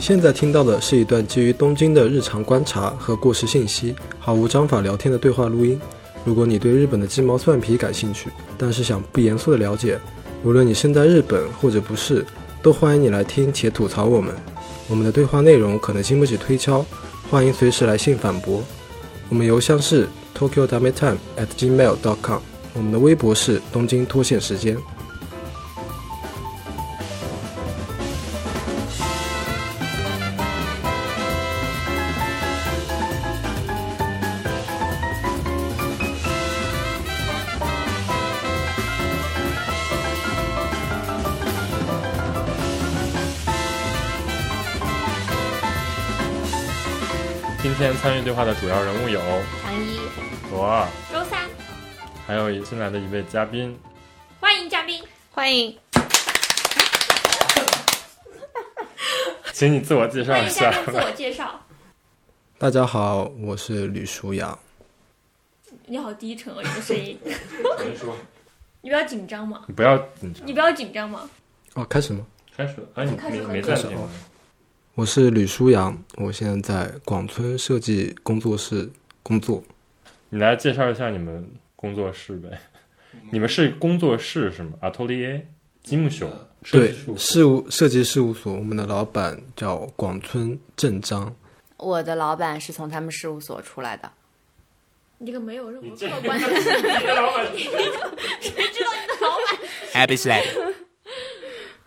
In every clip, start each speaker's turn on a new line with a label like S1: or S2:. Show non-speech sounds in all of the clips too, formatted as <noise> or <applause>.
S1: 现在听到的是一段基于东京的日常观察和过时信息，毫无章法聊天的对话录音。如果你对日本的鸡毛蒜皮感兴趣，但是想不严肃的了解，无论你身在日本或者不是，都欢迎你来听且吐槽我们。我们的对话内容可能经不起推敲，欢迎随时来信反驳。我们邮箱是 tokyo d a m e time at gmail dot com，我们的微博是东京脱线时间。
S2: 今天参与对话的主要人物有
S3: 唐一，
S2: 罗二，
S3: 周三，
S2: 还有新来的一位嘉
S3: <laughs>
S2: 宾。
S3: 欢迎嘉宾。
S4: 欢迎，
S2: 请你自我介绍
S3: 欢
S2: 一
S3: 迎
S2: 下
S3: 嘉。宾自我介绍。
S1: 大家好，我是吕舒阳。
S3: 你好低沉哦，你的声音。
S2: 您说，
S3: 你不要紧张嘛，
S2: 你不要紧张
S3: 你，不要紧张嘛。
S1: 哦，开始吗？
S2: 开始了。哎，你
S3: 开
S2: 你
S3: 始
S2: 没
S3: 开
S2: 暂
S1: 始
S2: 停
S1: 哦
S2: 吗？
S1: 我是吕舒阳，我现在在广村设计工作室工作。
S2: 你来介绍一下你们工作室呗。你们是工作室是吗？Atelier 积木熊设
S1: 对
S2: 计术，
S1: 事务设计事务所，我们的老板叫广村正章。
S4: 我的老板是从他们事务所出来的，
S3: 你这个没有任何
S2: 这
S3: 客观的，谁知道 <laughs> 你的老板？
S5: Happy slap，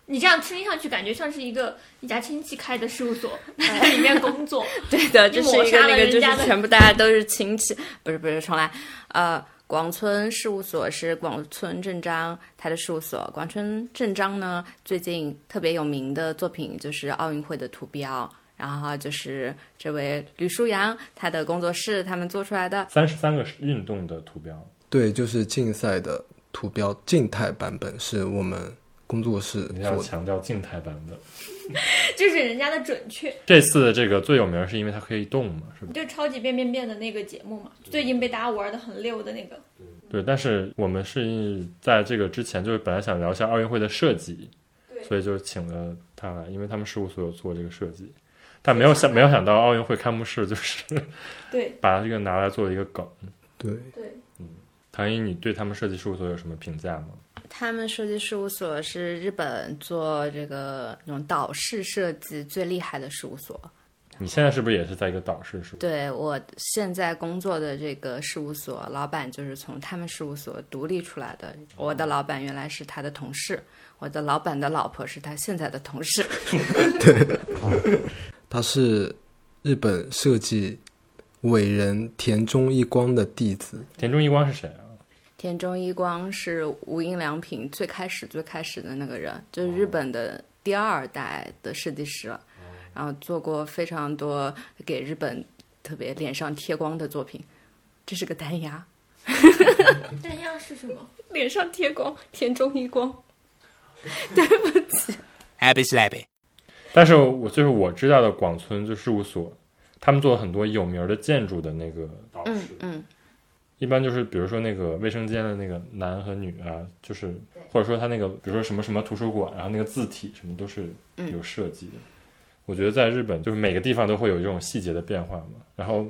S3: 你这样听上去感觉像是一个你家亲戚开的事务所，呃在里面工作。
S4: <laughs>
S3: <laughs>
S4: 对的，
S3: 你
S4: 这
S3: 抹
S4: 是一个
S3: 杀了
S4: 那个，
S3: 人
S4: 就是
S3: 家的
S4: 全部大家都是亲戚，不是不是，重来，呃，广村事务所是广村正章他的事务所，广村正章呢最近特别有名的作品就是奥运会的图标，然后就是这位吕舒阳他的工作室他们做出来的，
S2: 三十三个运动的图标，
S1: 对，就是竞赛的图标静态版本是我们工作室
S2: 你要
S1: 做的。
S2: 强调静态版本。
S3: 就是人家的准确，
S2: 这次的这个最有名是因为它可以动嘛，是吧？
S3: 就超级变变变的那个节目嘛，最近被大家玩的很溜的那个。
S2: 对，但是我们是在这个之前，就是本来想聊一下奥运会的设计，所以就请了他来，因为他们事务所有做这个设计，但没有想没有想到奥运会开幕式就是 <laughs>
S3: 对
S2: 把这个拿来做了一个梗。
S1: 对，
S3: 对，
S2: 唐一，你对他们设计事务所有什么评价吗？
S4: 他们设计事务所是日本做这个那种岛式设计最厉害的事务所，
S2: 你现在是不是也是在一个导师是吧？
S4: 对我现在工作的这个事务所，老板就是从他们事务所独立出来的。我的老板原来是他的同事，我的老板的老婆是他现在的同事。 <laughs>
S1: 他是日本设计伟人田中义光的弟子。
S2: 田中一光是谁啊？
S4: 田中一光是无印良品最开始最开始的那个人，就是日本的第二代的设计师了，然后做过非常多给日本特别脸上贴光的作品。这是个单牙，
S3: 但样是什么？
S4: 脸上贴光，田中一光。
S5: ，Happy slap，
S2: 但是我就是我知道的广村就事务所，他们做了很多有名儿的建筑的那个导
S4: 嗯嗯。
S2: 一般就是比如说那个卫生间的那个男和女啊，就是或者说他那个比如说什么什么图书馆，然啊后那个字体什么都是有设计的。我觉得在日本就是每个地方都会有这种细节的变化嘛。然后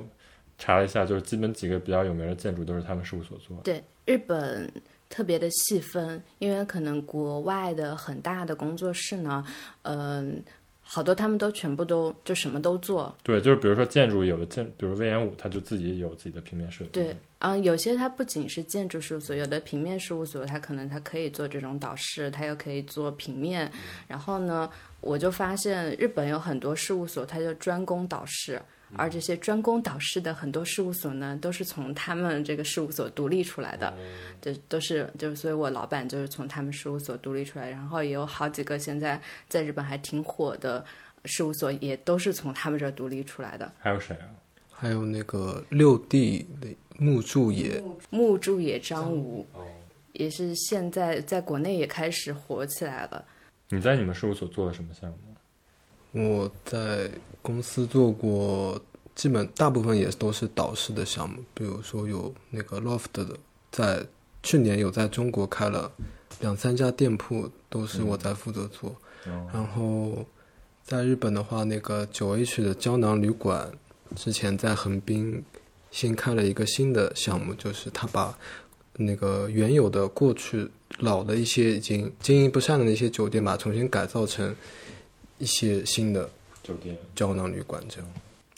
S2: 查了一下，就是基本几个比较有名的建筑都是他们事务所做的。
S4: 对，日本特别的细分，因为可能国外的很大的工作室呢，嗯、好多他们都全部都就什么都做，
S2: 对，就是比如说建筑有的建，比如魏延武他就自己有自己的平面设计。
S4: 对，嗯、有些它不仅是建筑事务所，有的平面事务所，它可能它可以做这种导视，它又可以做平面。然后呢，我就发现日本有很多事务所，它就专攻导视，而这些专攻导视的很多事务所呢，都是从他们这个事务所独立出来的，这都是就是，所以我老板就是从他们事务所独立出来，然后也有好几个现在在日本还挺火的。事务所也都是从他们这儿独立出来的，
S2: 还有谁啊？
S1: 还有那个六弟的木柱也，
S4: 木柱野张吾，也是现在在国内也开始火起来了。
S2: 你在你们事务所做了什么项目？
S1: 我在公司做过，基本大部分也都是导师的项目，比如说有那个 loft 的，在去年有在中国开了两三家店铺，都是我在负责做。然后在日本的话，那个九 H 的胶囊旅馆之前在横滨新开了一个新的项目，就是他把那个原有的过去老的一些已经经营不善的那些酒店，把它重新改造成一些新的
S2: 酒店。
S1: 胶囊旅馆，这样。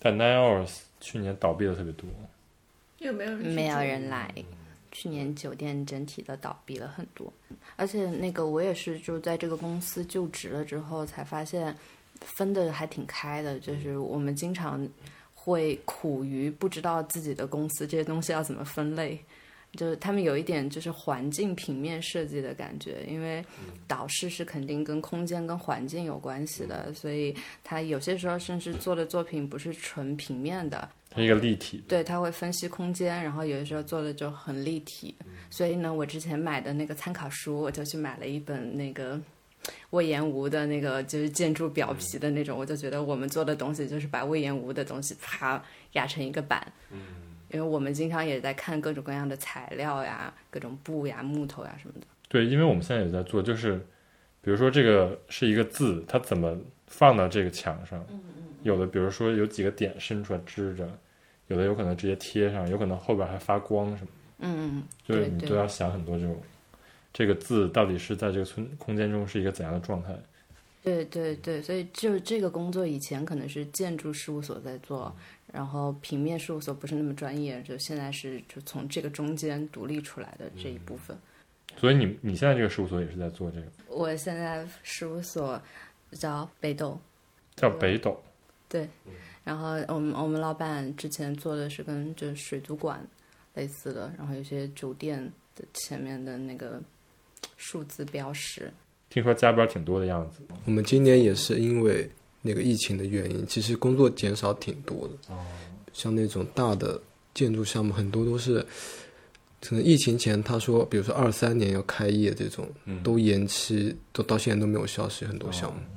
S2: 但 Nine Hours 去年倒闭的特别多，
S3: 又没有人去
S4: 没有
S3: 住
S4: 人来。去年酒店整体的倒闭了很多，而且那个我也是就在这个公司就职了之后才发现，分的还挺开的，就是我们经常会苦于不知道自己的公司这些东西要怎么分类。就是他们有一点就是环境平面设计的感觉，因为导视是肯定跟空间跟环境有关系的，所以他有些时候甚至做的作品不是纯平面的，
S2: 它是一个立体的。
S4: 对，它会分析空间，然后有的时候做的就很立体。所以呢，我之前买的那个参考书，我就去买了一本那个魏延吴的那个就是建筑表皮的那种，我就觉得我们做的东西就是把魏延吴的东西啪压成一个板。因为我们经常也在看各种各样的材料呀、各种布呀、木头呀什么的。
S2: 对，因为我们现在也在做，就是比如说这个是一个字，它怎么放到这个墙上？
S4: 嗯
S2: 有的比如说有几个点伸出来支着，有的有可能直接贴上，有可能后边还发光什么的。
S4: 嗯，
S2: 就是
S4: 对
S2: 你
S4: 对
S2: 都要想很多这种，这个字到底是在这个村空间中是一个怎样的状态？
S4: 对对对，所以就这个工作以前可能是建筑事务所在做，然后平面事务所不是那么专业，就现在是就从这个中间独立出来的这一部分。
S2: 所以你你现在这个事务所也是在做这个，
S4: 我现在事务所叫北斗，
S2: 叫北斗。
S4: 对，然后我们我们老板之前做的是跟就是水族馆类似的，然后有些酒店的前面的那个数字标识，
S2: 听说加班挺多的样子，
S1: 我们今年也是因为那个疫情的原因，其实工作减少挺多的。
S2: 哦
S1: 像那种大的建筑项目，很多都是可能疫情前他说，比如说二三年要开业这种，
S2: 嗯
S1: 都延期，都到现在都没有消息，很多项目。
S2: 哦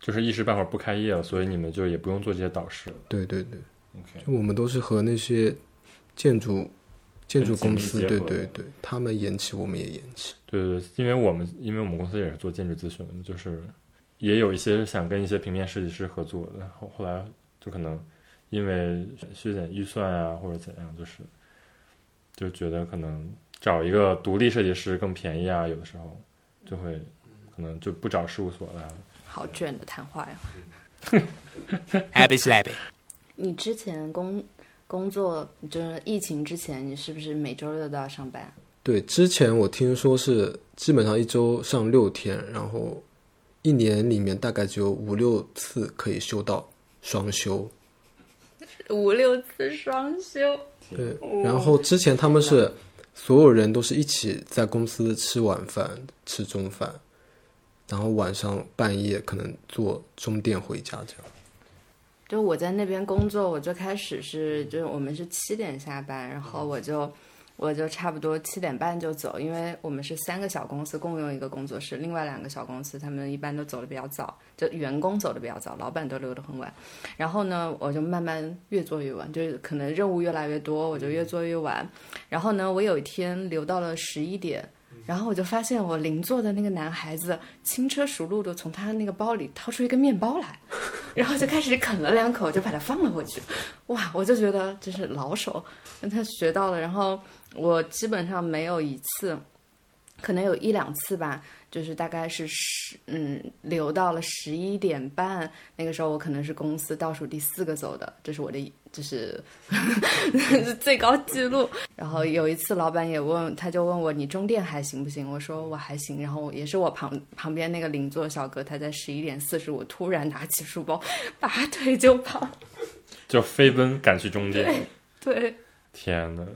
S2: 就是一时半会儿不开业了，所以你们就也不用做这些导师了。
S1: 对对对
S2: OK
S1: 就我们都是和那些建筑建筑公司，
S2: 很紧密
S1: 对
S2: 结合
S1: 对对，他们延期，我们也延期。
S2: 对对，对，因为我们因为我们公司也是做建筑咨询的，就是也有一些想跟一些平面设计师合作的，后后来就可能因为削减预算啊或者怎样，就是就觉得可能找一个独立设计师更便宜啊，有的时候就会可能就不找事务所了。啊
S4: 好卷的谈话呀。
S5: Happy slappy.
S4: 你之前工工作就是疫情之前，你是不是每周六都要上班？
S1: 对，之前我听说是基本上一周上六天，然后一年里面大概只有五六次可以休到双休。
S4: 五六次双休，
S1: 对，然后之前他们是所有人都是一起在公司吃晚饭、吃中饭，然后晚上半夜可能坐中电回家这样。
S4: 就我在那边工作，我最开始是就是我们是七点下班，然后我就我就差不多七点半就走，因为我们是三个小公司共用一个工作室，另外两个小公司他们一般都走的比较早，就员工走的比较早，老板都留得很晚。然后呢，我就慢慢越做越晚，就是可能任务越来越多，我就越做越晚。然后呢，我有一天留到了十一点。然后我就发现我邻座的那个男孩子轻车熟路的从他那个包里掏出一个面包来，然后就开始啃了两口，就把它放了回去。哇，我就觉得真是老手，那他学到了。然后我基本上没有一次，可能有一两次吧，就是大概是十嗯留到了十一点半，那个时候我可能是公司倒数第四个走的，这是我的就是 <laughs> 最高记录。然后有一次老板也问，他就问我你中电还行不行？我说我还行。然后也是我旁旁边那个邻座小哥，他在十一点四十五突然拿起书包， <laughs> 拔腿就跑。
S2: 就飞奔赶去中介，
S4: 对，
S2: 天呐，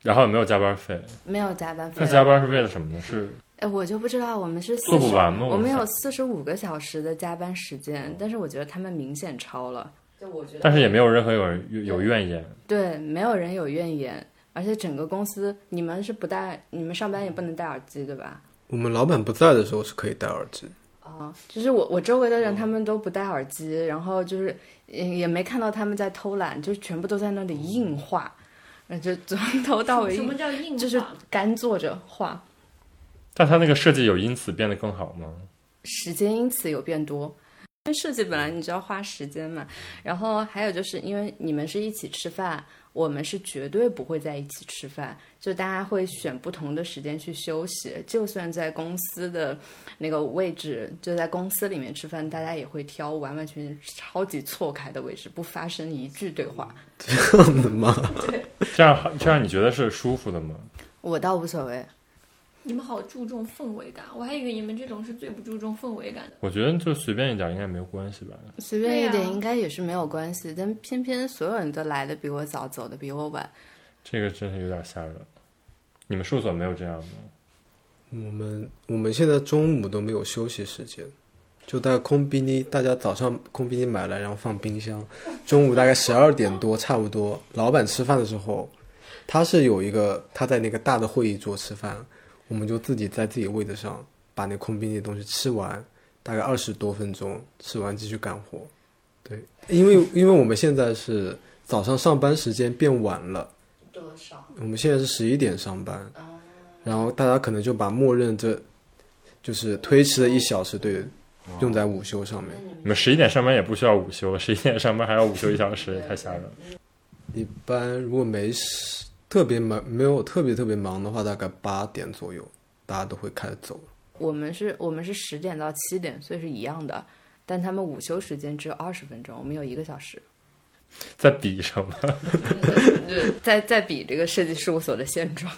S2: 然后也没有加班费，
S4: 没有加班费
S2: 那。加班是为了什么呢？是
S4: 哎，我就不知道我们是
S2: 做不完吗
S4: 40
S2: 我
S4: 我们
S2: 操
S4: 有四十五个小时的加班时间，但是我觉得他们明显超了。就我觉得
S2: 但是也没有任何有人有有怨言。
S4: 对，没有人有怨言，而且整个公司你们是不戴，你们上班也不能戴耳机对吧？
S1: 我们老板不在的时候是可以戴耳机，
S4: 啊，就是我我周围
S2: 哦
S4: 的人他们都不戴耳机，然后就是也也没看到他们在偷懒，就是全部都在那
S2: 哦
S4: 里硬画，呃就从头到尾
S3: 什么
S4: 硬
S3: 叫硬
S4: 就是
S3: 化
S4: 干坐着画，
S2: 但他那个设计有因此变得更好吗？
S4: 时间因此有变多。因为设计本来你就要花时间嘛，然后还有就是因为你们是一起吃饭，我们是绝对不会在一起吃饭，就大家会选不同的时间去休息。就算在公司的那个位置，就在公司里面吃饭，大家也会挑完完全全超级错开的位置，不发生一句对话。
S1: 这样的吗？
S2: 这样这样你觉得是舒服的吗？
S4: 我倒无所谓，
S3: 你们好注重氛围感，我还以为你们这种是最不注重氛围感的。
S2: 我觉得就随便一点应该没有关系吧。
S4: 随便一
S3: 对
S4: 点
S3: 呀
S4: 应该也是没有关系，但偏偏所有人都来的比我早，走的比我晚。
S2: 这个真是有点吓人。你们事务所没有这样吗？
S1: 我们我们现在中午都没有休息时间，就在空冰里，大家早上空冰里买来，然后放冰箱，中午大概十二点多差不多，老板吃饭的时候，他是有一个他在那个大的会议桌吃饭，我们就自己在自己位置上把那空冰里的东西吃完，大概二十多分钟，吃完继续干活。对，因为因为我们现在是早上上班时间变晚了。
S4: 多少？
S1: 我们现在是十一点上班，然后大家可能就把默认这就是推迟了一小时，对，用在午休上面。
S2: 你们十一点上班也不需要午休，十一点上班还要午休一小时，也太吓人了。
S1: 一般如果没事特别忙，没有特别特别忙的话，大概八点左右大家都会开始走。
S4: 我们是，我们是十点到七点，所以是一样的。但他们午休时间只有二十分钟，我们有一个小时。
S2: 在比什么？
S4: <laughs> 在在比这个设计事务所的现状。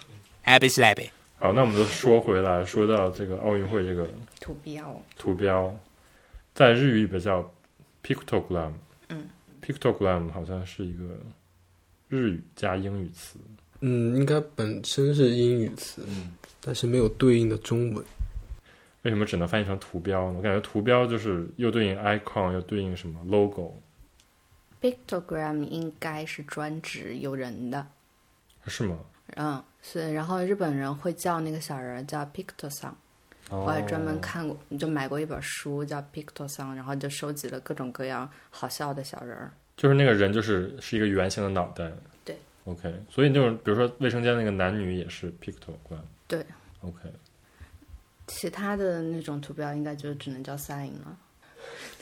S5: Abby Slabby.
S2: 好，那我们就说回来，说到这个奥运会这个
S4: To B 啊，
S2: 图标，在日语里边叫 pictogram。
S4: 嗯
S2: ，pictogram 好像是一个日语加英语词。
S1: 嗯，应该本身是英语词，但是没有对应的中文。
S2: 为什么只能翻译成图标呢？我感觉图标就是又对应 icon，又对应什么 logo，
S4: pictogram 应该是专指有人的，
S2: 是吗？
S4: 嗯，是。然后日本人会叫那个小人儿叫 pictosan，、
S2: 哦
S4: 我还专门看过，就买过一本书叫 pictosan，然后就收集了各种各样好笑的小人儿。
S2: 就是那个人就是是一个圆形的脑袋。
S4: 对
S2: ，OK，所以就是比如说卫生间那个男女也是 pictogram。
S4: 对
S2: ，OK，
S4: 其他的那种图标应该就只能叫 sign 了。 <laughs>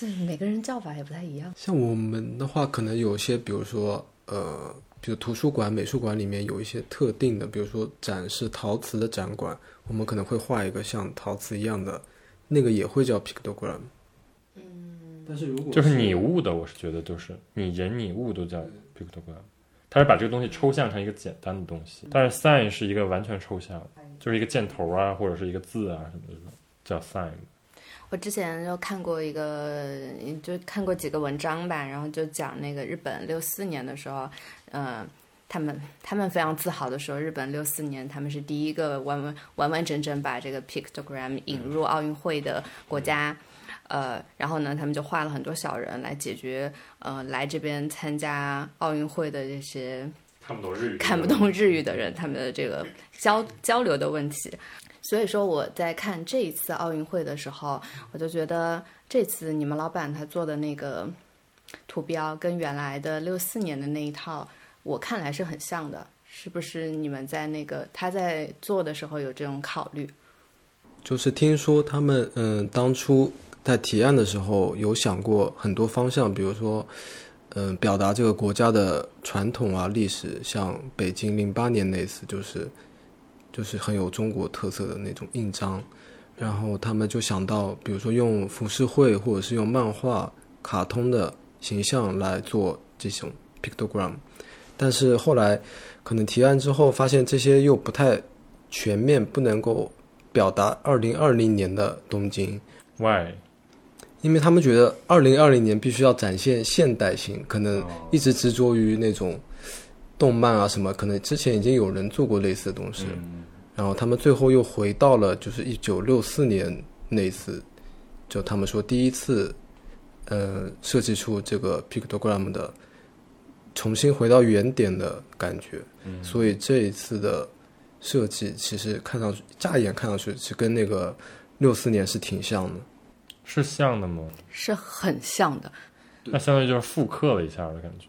S4: 对，每个人叫法也不太一样。
S1: 像我们的话，可能有些，比如说，呃，比如图书馆、美术馆里面有一些特定的，比如说展示陶瓷的展馆，我们可能会画一个像陶瓷一样的，那个也会叫 pictogram。嗯，但是如果
S2: 就是你物的，我是觉得就是你人你物都叫 pictogram，它是把这个东西抽象成一个简单的东西，但是 sign 是一个完全抽象，就是一个箭头啊或者是一个字啊什么的这种叫 sign。
S4: 我之前就看过一个，就看过几个文章吧，然后就讲那个日本六四年的时候，呃，他们他们非常自豪的说，日本六四年他们是第一个完完完完整整把这个 pictogram 引入奥运会的国家。呃，然后呢，他们就画了很多小人来解决，呃，来这边参加奥运会的这些
S2: 看不懂日语，
S4: 看不懂日语的人他们的这个交交流的问题。所以说我在看这一次奥运会的时候，我就觉得这次你们老板他做的那个图标跟原来的六四年的那一套，我看来是很像的。是不是你们在那个他在做的时候有这种考虑？
S1: 就是听说他们嗯，当初在提案的时候有想过很多方向，比如说，嗯，表达这个国家的传统啊、历史，像北京零八年那次，就是就是很有中国特色的那种印章。然后他们就想到，比如说用浮世绘或者是用漫画、卡通的形象来做这种 pictogram，但是后来可能提案之后发现这些又不太全面，不能够表达二零二零年的东京，
S2: why
S1: 因为他们觉得二零二零年必须要展现现代性，可能一直执着于那种动漫啊什么，可能之前已经有人做过类似的东西，然后他们最后又回到了就是一九六四年那一次，就他们说第一次，呃，设计出这个 pictogram 的，重新回到原点的感觉，所以这一次的设计其实看上去乍一眼看上去是跟那个六四年是挺像的。
S2: 是像的吗？
S4: 是很像的。
S2: 那相当于就是复刻了一下的感觉。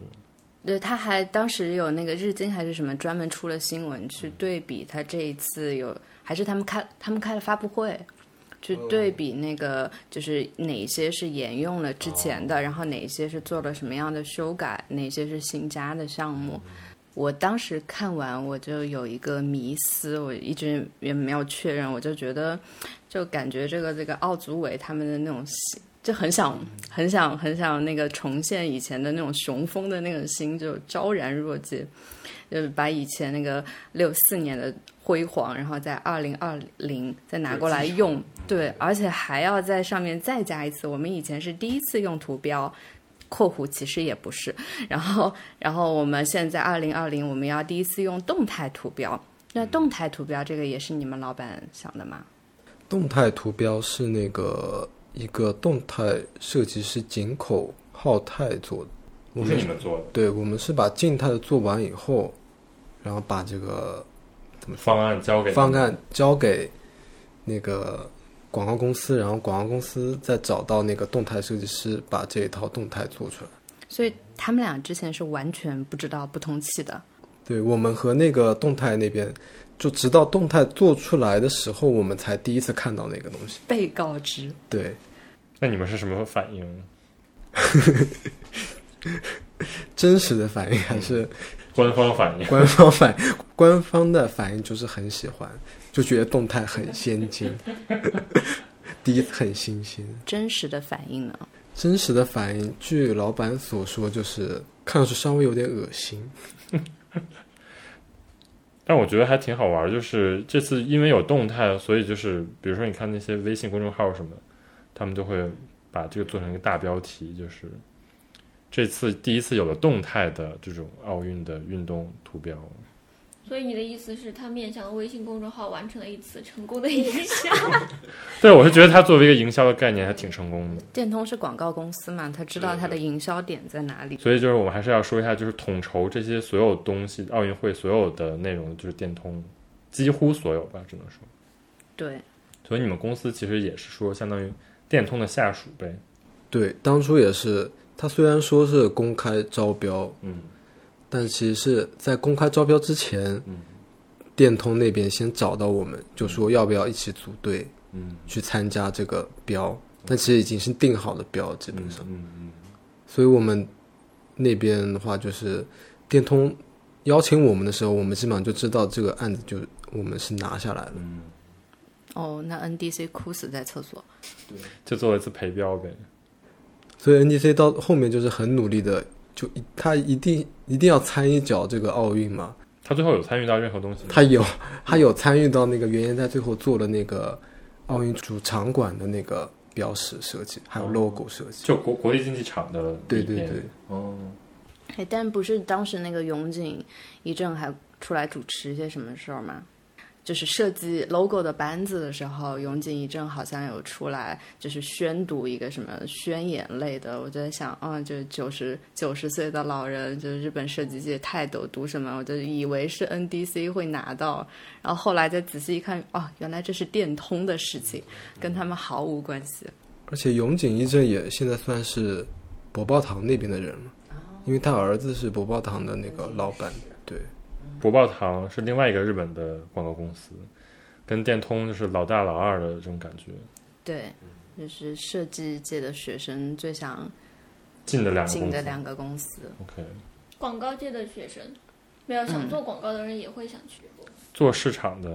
S4: 对，他还当时有那个日经还是什么专门出了新闻去对比他这一次有，还是他们开他们开了发布会，去对比那个就是哪一些是沿用了之前的，然后哪一些是做了什么样的修改，哪些是新加的项目。我当时看完，我就有一个迷思，我一直也没有确认，我就觉得，就感觉这个这个奥组委他们的那种心，就很想很想很想那个重现以前的那种雄风的那个心，就昭然若揭，就是把以前那个六四年的辉煌，然后在二零二零再拿过来用，对，而且还要在上面再加一次，我们以前是第一次用图标。括弧其实也不是，然后，然后我们现在二零二零，我们要第一次用动态图标。那动态图标这个也是你们老板想的吗？
S1: 动态图标是那个一个动态设计师井口浩太做的，我
S2: 不是
S1: 们
S2: 你们做的
S1: 对我们是把静态的做完以后，然后把这个
S2: 方案交给
S1: 方案交给那个广告公司，然后广告公司再找到那个动态设计师，把这一套动态做出来。
S4: 所以他们俩之前是完全不知道不通气的。
S1: 对我们和那个动态那边，就直到动态做出来的时候，我们才第一次看到那个东西。
S4: 被告知，
S1: 对，
S2: 那你们是什么反应？
S1: 真实的反应还是
S2: 官方反应？
S1: 官方反 <laughs> 官方的反应就是很喜欢，就觉得动态很先进，第一次很新鲜。
S4: 真实的反应呢？
S1: 真实的反应，据老板所说，就是看上去稍微有点恶心。
S2: 但我觉得还挺好玩儿，就是这次因为有动态，所以就是比如说你看那些微信公众号什么的，他们就会把这个做成一个大标题，就是这次第一次有了动态的这种奥运的运动图标。
S3: 所以你的意思是，他面向微信公众号完成了一次成功的营销？
S2: 对，我是觉得它作为一个营销的概念还挺成功的，
S4: 电通是广告公司嘛，他知道他的营销点在哪里。
S2: 所以就是我们还是要说一下，就是统筹这些所有东西，奥运会所有的内容就是电通，几乎所有吧，只能说。
S4: 对，
S2: 所以你们公司其实也是说，相当于电通的下属呗。
S1: 对，当初也是，他虽然说是公开招标，
S2: 嗯，
S1: 但其实是在公开招标之前，
S2: 嗯
S1: 电通那边先找到我们，就说要不要一起组队
S2: 嗯
S1: 去参加这个标，但其实已经是定好的标，基本上，
S2: 嗯嗯。
S1: 所以我们那边的话就是电通邀请我们的时候，我们基本上就知道这个案子就我们是拿下来了。
S2: 嗯
S4: 哦，那 NDC 哭死在厕所。
S2: 就做了一次陪标呗。
S1: 所以 NDC 到后面就是很努力的，就一他一定一定要参一脚这个奥运嘛，
S2: 他最后有参与到任何东西吗？
S1: 他有他有参与到那个原研在最后做了那个奥运主场馆的那个标识设计，还有 logo 设计。
S2: 就国国际竞技场的
S1: 对
S2: 里
S1: 对
S2: 面
S1: 对，
S2: 哦，
S4: 哎，但不是当时那个永井一正还出来主持一些什么事儿吗？就是设计 logo 的班子的时候，永井一正好像有出来，就是宣读一个什么宣言类的。我就在想，嗯，就是九十九十岁的老人，就是日本设计界泰斗，读什么？我就以为是 NDC 会拿到，然后后来再仔细一看，哦，原来这是电通的事情，
S2: 嗯
S4: 跟他们毫无关系。
S1: 而且永井一正也现在算是博报堂那边的人了，因为他儿子是博报堂的那个老板。对，
S2: 博报堂是另外一个日本的广告公司，跟电通就是老大老二的这种感觉，
S4: 对，
S2: 嗯
S4: 就是设计界的学生最想
S2: 近的两个
S4: 进
S2: 公
S4: 的
S2: 司。
S4: 两个公司。
S2: OK，
S3: 广告界的学生，没有想做广告的人也会想去。
S2: 做市场的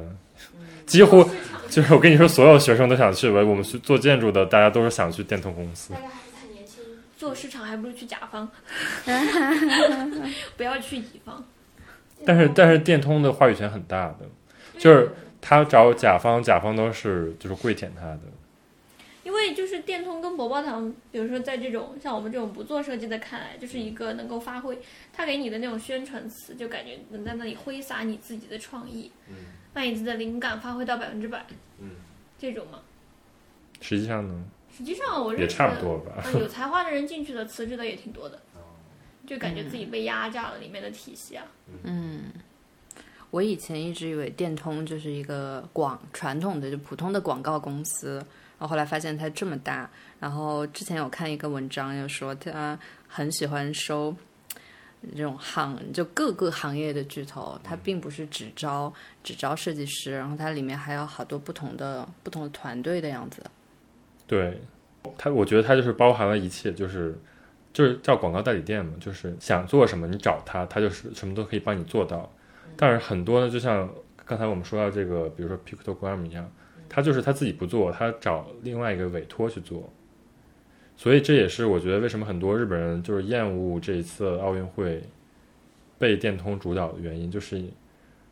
S4: 嗯
S2: 几乎
S3: 市场
S2: 就是我跟你说，所有学生都想去吧。我们去做建筑的，大家都是想去电通公司。
S3: 大家还是太年轻，做市场还不如去甲方，不要去乙方。
S2: 但是但是电通的话语权很大的，就是他找甲方，甲方都是就是跪舔他的。
S3: 因为就是电通跟博报堂，比如说在这种像我们这种不做设计的看来，就是一个能够发挥他给你的那种宣传词，就感觉能在那里挥洒你自己的创意，把你自己的灵感发挥到百分之百，这种嘛。
S2: 实际上呢，
S3: 实际上我认
S2: 也
S3: 识的
S2: 差不多吧。
S3: 嗯有才华的人进去的，辞职的也挺多的，就感觉自己被压榨了里面的体系啊。
S4: 我以前一直以为电通就是一个广传统的就普通的广告公司，然后后来发现它这么大。然后之前有看一个文章，就说它很喜欢收这种行，就各个行业的巨头，它并不是只招只招设计师，然后它里面还有好多不同的不同的团队的样子。
S2: 对，它我觉得它就是包含了一切，就是就是叫广告代理店嘛，就是想做什么你找他，他就是什么都可以帮你做到。但是很多呢，就像刚才我们说到这个，比如说 Pictogram 一样，他就是他自己不做，他找另外一个委托去做。所以这也是我觉得为什么很多日本人就是厌恶这一次奥运会被电通主导的原因，就是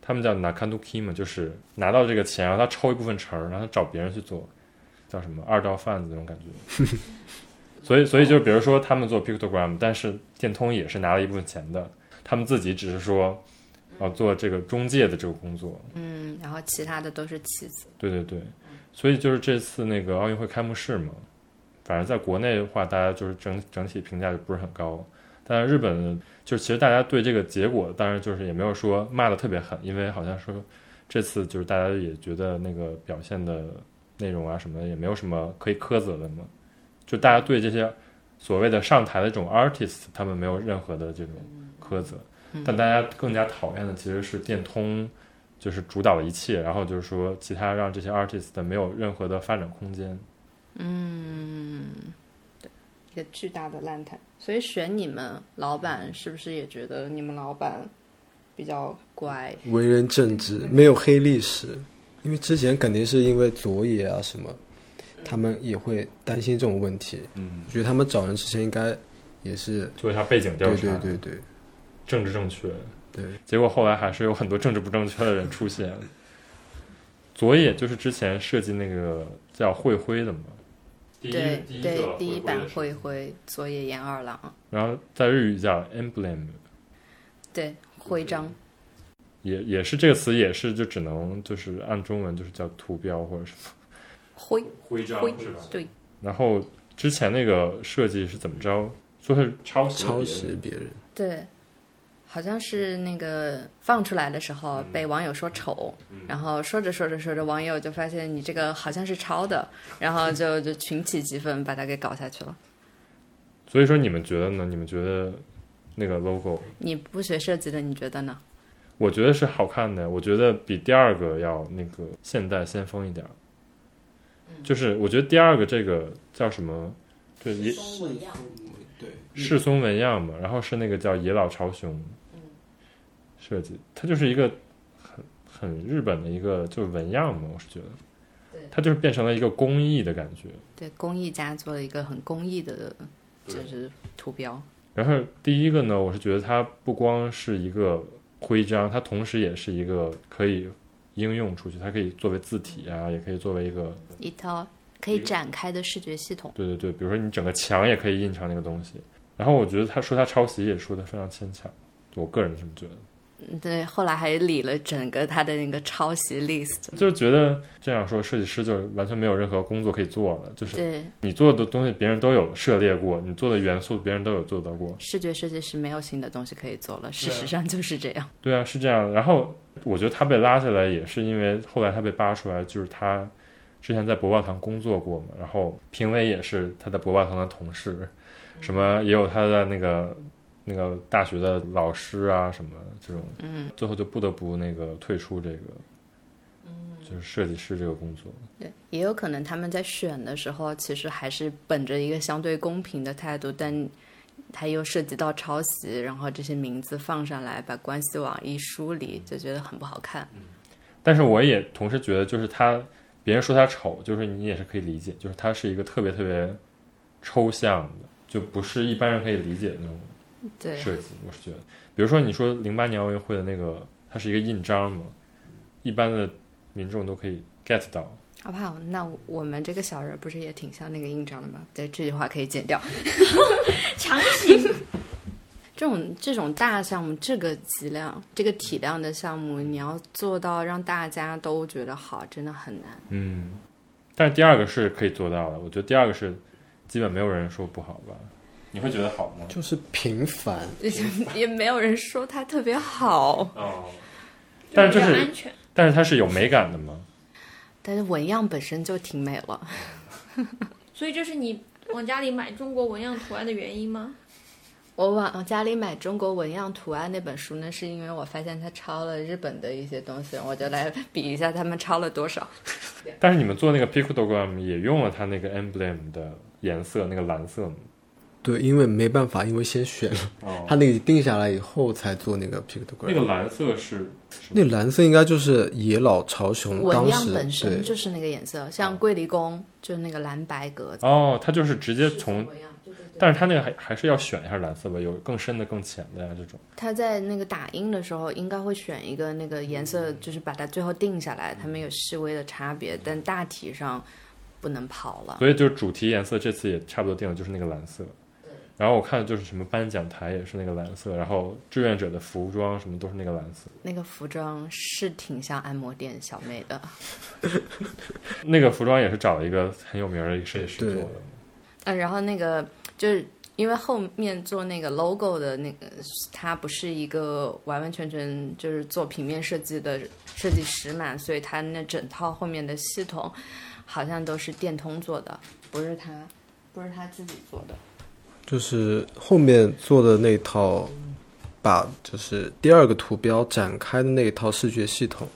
S2: 他们叫 nakanuki 嘛，就是拿到这个钱，然后他抽一部分成儿，然后他找别人去做，叫什么二道贩子那种感觉。所以，所以就是比如说他们做 pictogram，但是电通也是拿了一部分钱的，他们自己只是说，啊，做这个中介的这个工作，
S4: 嗯，然后其他的都是棋子。
S2: 对对对，所以就是这次那个奥运会开幕式嘛，反正在国内的话，大家就是整整体评价就不是很高。但是日本就是其实大家对这个结果，当然就是也没有说骂的特别狠，因为好像说这次就是大家也觉得那个表现的内容啊什么的也没有什么可以苛责的嘛，就大家对这些所谓的上台的这种 artist，他们没有任何的这种苛责。但大家更加讨厌的其实是电通就是主导了一切，然后就是说其他让这些 artist 没有任何的发展空间。
S4: 一个巨大的烂摊。所以选你们老板是不是也觉得你们老板比较乖？
S1: 为人正直，没有黑历史。因为之前肯定是因为佐野啊什么，他们也会担心这种问题。
S2: 嗯，
S1: 我觉得他们找人之前应该也是
S2: 做一下背景调
S1: 对
S2: 查，
S1: 对对对
S2: 政治正确。
S1: 对，
S2: 结果后来还是有很多政治不正确的人出现。佐野就是之前设计那个叫会徽的嘛，第一
S4: 对对，第
S2: 第
S4: 一版
S2: 徽
S4: 灰，灰佐野研二郎，
S2: 然后在日语叫 emblem，
S4: 对徽章，
S2: 也也是这个词也是就只能就是按中文就是叫图标或者什么
S4: 徽
S2: 徽章
S4: 徽对，
S2: 然后之前那个设计是怎么着？说是抄袭了别
S1: 抄
S2: 人，
S1: 袭别人。
S4: 对，好像是那个放出来的时候
S2: 嗯
S4: 被网友说丑，然后说着说着说着，网友就发现你这个好像是
S2: <laughs>
S4: 抄的，然后就就群起激愤，把它给搞下去了。
S2: 所以说你们觉得呢？你们觉得那个 logo，
S4: 你不学设计的，你觉得呢？
S2: 我觉得是好看的，我觉得比第二个要那个现代先锋一点儿。就是我觉得第二个这个叫什么？对，也
S1: 对，
S2: 世松纹样嘛，然后是那个叫野老朝雄设计，它就是一个很很日本的一个就是纹样嘛，我是觉得，它就是变成了一个工艺的感觉。
S4: 对，工艺家做了一个很工艺的，就是图标。
S2: 然后第一个呢，我是觉得它不光是一个徽章，它同时也是一个可以应用出去，它可以作为字体啊，也可以作为一个，
S4: 一套可以展开的视觉系统。
S2: 对对对，比如说你整个墙也可以印上那个东西。然后我觉得他说他抄袭也说的非常牵强，我个人这么觉得，
S4: 嗯对，后来还理了整个他的那个抄袭 list。
S2: 就是觉得这样说设计师就是完全没有任何工作可以做了，就是
S4: 对，
S2: 你做的东西别人都有涉猎过，你做的元素别人都有做到过，
S4: 视觉设计师没有新的东西可以做了，事实上就是这样。
S2: 对啊，是这样的。然后我觉得他被拉下来也是因为后来他被扒出来，就是他之前在博报堂工作过嘛，然后评委也是他在博报堂的同事，什么也有他的那个那个大学的老师啊什么这种，
S4: 嗯，
S2: 最后就不得不那个退出这个，就是设计师这个工作。
S4: 对，也有可能他们在选的时候，其实还是本着一个相对公平的态度，但他又涉及到抄袭，然后这些名字放上来，把关系网一梳理，就觉得很不好看。
S2: 但是我也同时觉得，就是他别人说他丑，就是你也是可以理解，就是他是一个特别特别抽象的，就不是一般人可以理解的那种。
S4: 对，
S2: 设计，我是觉得，比如说你说零八年奥运会的那个，它是一个印章嘛，一般的民众都可以 get 到。
S4: 好不好？那我们这个小人不是也挺像那个印章的吗？对，这句话可以剪掉。
S3: 强行
S4: 这种这种大项目，这个质量、这个体量的项目，你要做到让大家都觉得好，真的很难。
S2: 嗯，但是第二个是可以做到的，我觉得第二个是基本没有人说不好吧？你会觉得好吗？
S1: 就是平凡。
S4: <laughs> 也没有人说它特别好，
S2: 哦，但是就
S3: 比较
S2: 是
S3: 安，全，
S2: 但是它是有美感的嘛？
S4: 但是纹样本身就挺美了。
S3: 所以这是你往家里买中国纹样图案的原因吗？
S4: 我往家里买中国纹样图案那本书呢，是因为我发现他抄了日本的一些东西，我就来比一下他们抄了多少。
S2: 但是你们做那个 pictogram 也用了它那个 emblem 的颜色，那个蓝色吗？
S1: 对，因为没办法，因为先选了，
S2: 哦
S1: 他那个定下来以后才做那个 pictogram。
S2: 那个蓝色是什么
S1: 那蓝色应该就是野老朝雄
S4: 纹
S1: 当
S4: 样
S1: 时
S4: 本身
S1: 嗯对
S4: 就是那个颜色，像桂离宫就是那个蓝白格子。
S2: 哦，它就是直接从，
S4: 纹样对对对
S2: 但是它那个还还是要选一下蓝色吧，有更深的、更浅的呀、这种。
S4: 他在那个打印的时候，应该会选一个那个颜色，就是把它最后定下来。他们有细微的差别，但大体上不能跑了。
S2: 所以就是主题颜色这次也差不多定了，就是那个蓝色。然后我看就是什么颁奖台也是那个蓝色，然后志愿者的服装什么都是那个蓝色。
S4: 那个服装是挺像按摩店小妹的，
S2: 那个服装也是找一个很有名的一个设计师
S1: 对
S2: 做的。
S4: 嗯，然后那个就是因为后面做那个 logo 的那个，他不是一个完完全全就是做平面设计的设计师嘛，所以他那整套后面的系统好像都是电通做的，不是他，不是他自己做的。
S1: 就是后面做的那套，把就是第二个图标展开的那一套视觉系统。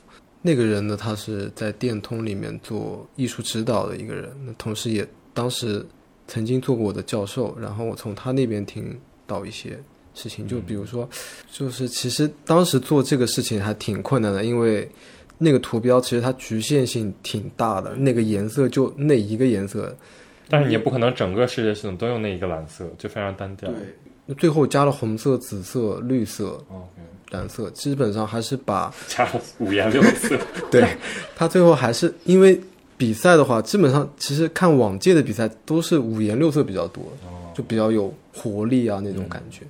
S1: 那个人呢，他是在电通里面做艺术指导的一个人，那同时也当时曾经做过我的教授，然后我从他那边听到一些事情，就比如说，就是其实当时做这个事情还挺困难的，因为那个图标其实它局限性挺大的，那个颜色就那一个颜色，
S2: 但是你也不可能整个视觉系统都用那一个蓝色，就非常单调。
S1: 那最后加了红色、紫色、绿色，
S2: ，OK，
S1: 蓝色，基本上还是把
S2: 加了五颜六色。 <laughs>
S1: <laughs> 对他最后还是因为比赛的话，基本上其实看往届的比赛都是五颜六色比较多，就比较有活力啊那种感觉。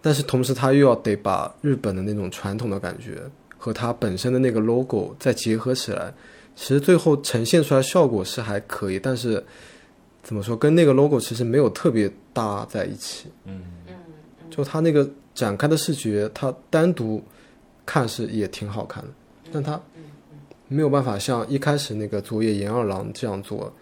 S1: 但是同时他又要得把日本的那种传统的感觉和它本身的那个 logo 再结合起来，其实最后呈现出来效果是还可以，但是怎么说跟那个 logo 其实没有特别搭在一起。
S2: 嗯，
S1: 就它那个展开的视觉，它单独看是也挺好看的，
S2: 嗯
S1: 但它没有办法像一开始那个佐野研二郎这样做。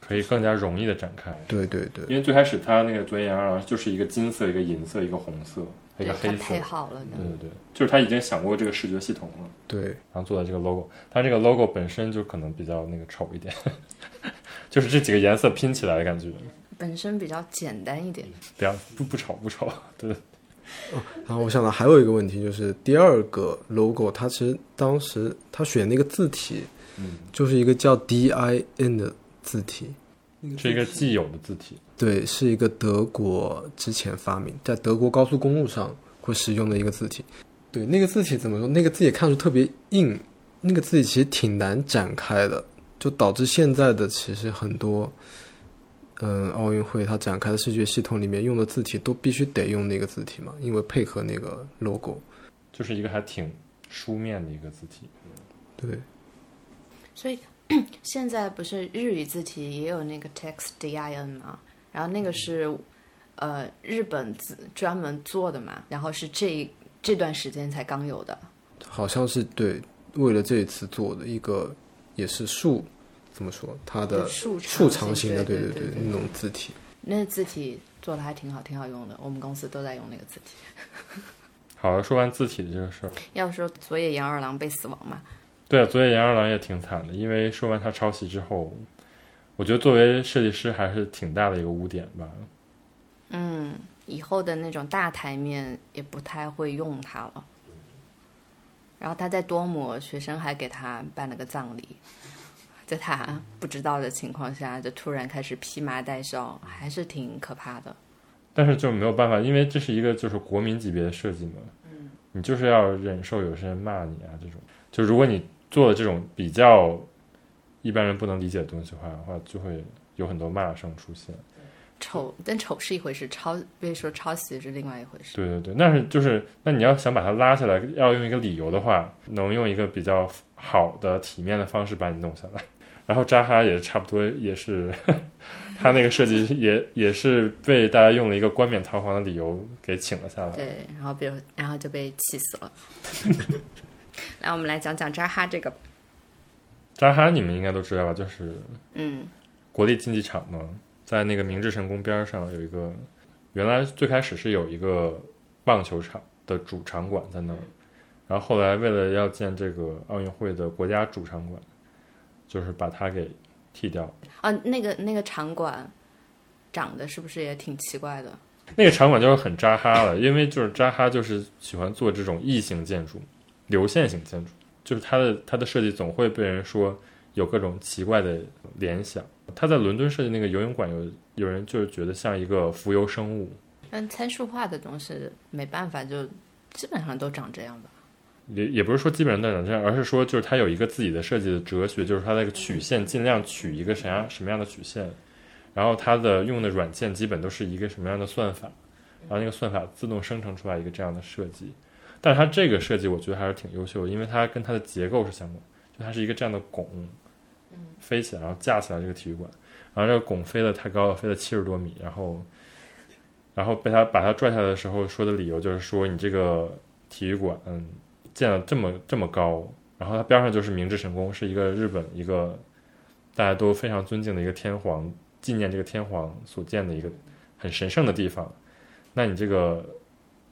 S2: 可以更加容易的展开。
S1: 对对对，
S2: 因为最开始它那个左眼二郎就是一个金色、一个银色、一个红色、一
S4: 对
S2: 个
S4: 他
S2: 黑色嗯
S4: 配。好了的
S2: 对，对对，就是他已经想过这个视觉系统了，
S1: 对
S2: 然后做的这个 logo。它这个 logo 本身就可能比较那个丑一点， <laughs> 就是这几个颜色拼起来的感觉，
S4: 本身比较简单一点。
S2: 不要不不丑不丑。对，
S1: 然后我想到还有一个问题，就是第二个 logo，它其实当时它选那个字体，
S2: <laughs> 嗯，
S1: 就是一个叫 DIN 的字体，
S2: 是一个既有的字体。
S1: 对，是一个德国之前发明，在德国高速公路上会使用的一个字体。对，那个字体怎么说？那个字体看上去特别硬，那个字体其实挺难展开的，就导致现在的其实很多，嗯，奥运会它展开的视觉系统里面用的字体都必须得用那个字体嘛，因为配合那个 logo。
S2: 就是一个还挺书面的一个字体。
S1: 对，
S4: 所以现在不是日语字体也有那个 text DIN 吗？然后那个是呃日本字专门做的嘛，然后是这这段时间才刚有的。
S1: 好像是对，为了这一次做的一个也是竖，怎么说？它的
S4: 对竖长
S1: 竖长型的，
S4: 型对
S1: 对
S4: 对对
S1: 对，
S4: 对
S1: 那种字体。
S4: 那字体做的还挺好，挺好用的。我们公司都在用那个字体。
S2: 好，说完字体的这个事儿，
S4: 要说佐野洋二郎被死亡嘛，
S2: 对啊，佐野研二郎也挺惨的，因为说完他抄袭之后，我觉得作为设计师还是挺大的一个污点吧。
S4: 嗯，以后的那种大台面也不太会用它了。然后他在多姆，学生还给他办了个葬礼，在他不知道的情况下，就突然开始披麻戴孝，还是挺可怕的。
S2: 但是就没有办法，因为这是一个就是国民级别的设计嘛，你就是要忍受有些人骂你啊这种。就如果你做了这种比较一般人不能理解的东西的话，的话就会有很多骂声出现。
S4: 丑，但丑是一回事，抄被说抄袭是另外一回事。
S2: 对对对，但是就是那你要想把它拉下来，要用一个理由的话，能用一个比较好的体面的方式把你弄下来。 <laughs> 然后扎哈也差不多也是， <laughs> 他那个设计也也是被大家用了一个冠冕堂皇的理由给请了下来。
S4: 对，然后比如，然后就被气死了。 <laughs> 来，我们来讲讲扎哈这个，
S2: 扎哈你们应该都知道吧？就是
S4: 嗯，
S2: 国立竞技场嘛，在那个明治神宫边上有一个原来最开始是有一个棒球场的主场馆在那儿，然后后来为了要建这个奥运会的国家主场馆，就是把它给剃掉了。
S4: 啊，那个那个场馆长得是不是也挺奇怪的？
S2: 那个场馆就是很扎哈了，因为就是扎哈就是喜欢做这种异形建筑、流线型建筑，就是它的它的设计总会被人说有各种奇怪的联想。他在伦敦设计那个游泳馆有，有人就是觉得像一个浮游生物，
S4: 但参数化的东西没办法，就基本上都长这样吧。
S2: 也也不是说基本上都长这样，而是说就是它有一个自己的设计的哲学，就是它那个曲线尽量取一个什么样什么样的曲线，然后它的用的软件基本都是一个什么样的算法，然后那个算法自动生成出来一个这样的设计。但是它这个设计我觉得还是挺优秀的，因为它跟它的结构是相关，就它是一个这样的拱，飞起来然后架起来这个体育馆，然后这个拱飞得太高了，飞了七十多米，然后然后被他把他拽下来的时候说的理由就是说你这个体育馆嗯建了这么这么高，然后它边上就是明治神宫，是一个日本一个大家都非常尊敬的一个天皇，纪念这个天皇所建的一个很神圣的地方。那你这个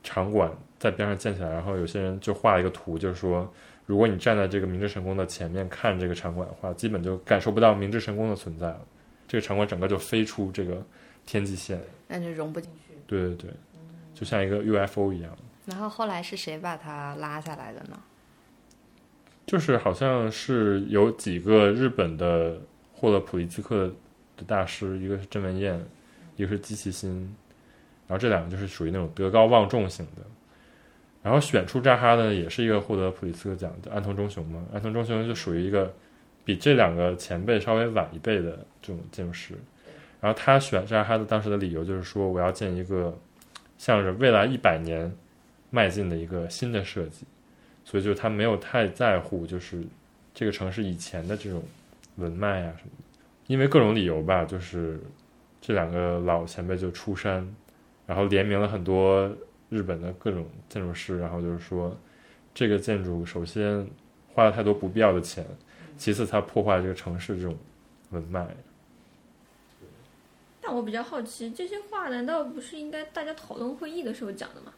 S2: 场馆在边上建起来，然后有些人就画了一个图，就是说，如果你站在这个明治神宫的前面看这个场馆的话，基本就感受不到明治神宫的存在了。这个场馆整个就飞出这个天际线，
S4: 那就融不进去。
S2: 对对对，就像一个 UFO 一样。
S4: 然后后来是谁把它拉下来的呢？
S2: 就是好像是有几个日本的获了普利兹克的大师，一个是郑文彦，一个是矶崎新，然后这两个就是属于那种德高望重型的。然后选出扎哈的也是一个获得普利兹克奖的安藤忠雄嘛，安藤忠雄就属于一个比这两个前辈稍微晚一辈的这种建筑师。然后他选扎哈的当时的理由就是说，我要建一个向着未来一百年迈进的一个新的设计。所以就是他没有太在乎就是这个城市以前的这种文脉啊什么的，因为各种理由吧，就是这两个老前辈就出山，然后联名了很多日本的各种建筑师，然后就是说这个建筑首先花了太多不必要的钱，其次它破坏这个城市这种文脉，
S3: 但我比较好奇，这些话难道不是应该大家讨论会议的时候讲的吗？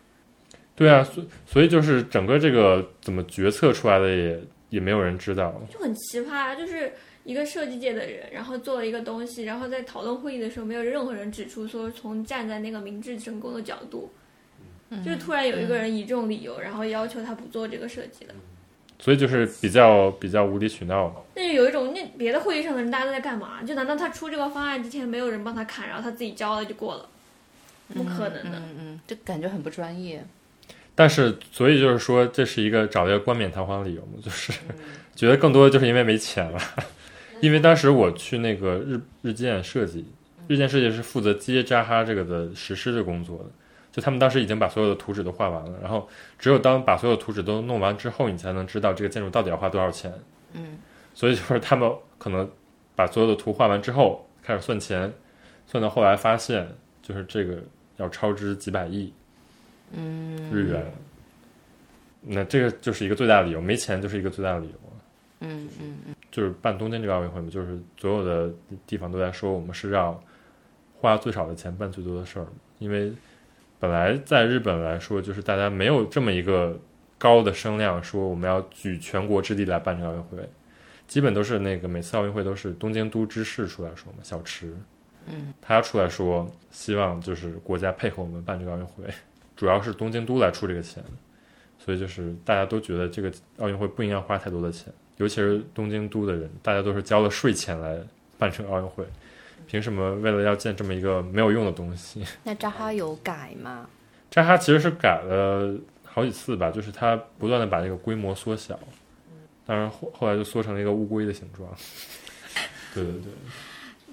S2: 对啊，所所以就是整个这个怎么决策出来的也也没有人知道，
S3: 就很奇葩，啊就是一个设计界的人，然后做了一个东西，然后在讨论会议的时候，没有任何人指出说从站在那个明治神宫的角度，就是突然有一个人以这种理由，然后要求他不做这个设计了。
S2: 所以就是比较比较无理取闹嘛。
S3: 但是有一种，那别的会议上的人大家都在干嘛？就难道他出这个方案之前没有人帮他砍，然后他自己交了就过了？不可能的。
S4: 嗯嗯，就感觉很不专业。
S2: 但是，所以就是说，这是一个找了一个冠冕堂皇的理由嘛， <laughs> 就是觉得更多的就是因为没钱了。因为当时我去那个日日建设计，日建设计是负责接扎哈这个的实施的工作的，就他们当时已经把所有的图纸都画完了，然后只有当把所有图纸都弄完之后，你才能知道这个建筑到底要花多少钱。
S4: 嗯，
S2: 所以就是他们可能把所有的图画完之后开始算钱，算到后来发现就是这个要超支几百亿。日元。那这个就是一个最大的理由，没钱就是一个最大的理由。啊
S4: 嗯嗯
S2: 就是办东京这个奥运会嘛，就是所有的地方都在说我们是要花最少的钱办最多的事儿嘛，因为本来在日本来说，就是大家没有这么一个高的声量说我们要举全国之力来办这个奥运会，基本都是那个每次奥运会都是东京都知事出来说嘛，小池，
S4: 嗯，
S2: 他出来说希望就是国家配合我们办这个奥运会，主要是东京都来出这个钱，所以就是大家都觉得这个奥运会不应该花太多的钱。尤其是东京都的人，大家都是交了税钱来办这个奥运会，凭什么为了要建这么一个没有用的东西？
S4: 那扎哈有改吗？
S2: 扎哈其实是改了好几次吧，就是他不断的把这个规模缩小，当然后后来就缩成了一个乌龟的形状。对对对，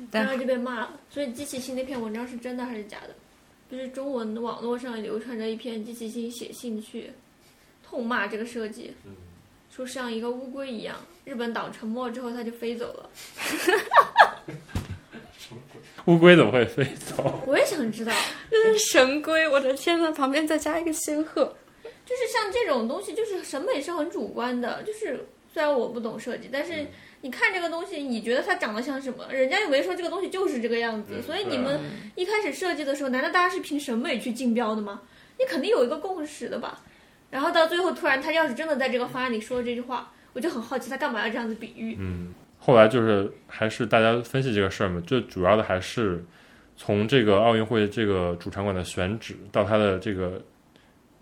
S4: 但
S3: 然后就被骂了。所以机器心那篇文章是真的还是假的？就是中文网络上流传着一篇机器心写信去痛骂这个设计，说像一个乌龟一样，日本岛沉没之后它就飞走了。
S2: 乌龟怎么会飞走？
S3: 我也想知道，
S4: 嗯神龟，我的天呐，旁边再加一个仙鹤，
S2: 嗯
S3: 就是像这种东西，就是审美是很主观的，就是。虽然我不懂设计，但是你看这个东西，你觉得它长得像什么？人家又没说这个东西就是这个样子，
S2: 嗯
S3: 所以
S2: 对啊
S3: 你们一开始设计的时候，难道大家是凭审美去竞标的吗？你肯定有一个共识的吧？然后到最后，突然他要是真的在这个方案里说这句话，我就很好奇他干嘛要这样子比喻。
S2: 嗯，后来就是还是大家分析这个事儿嘛，最主要的还是从这个奥运会这个主场馆的选址到他的这个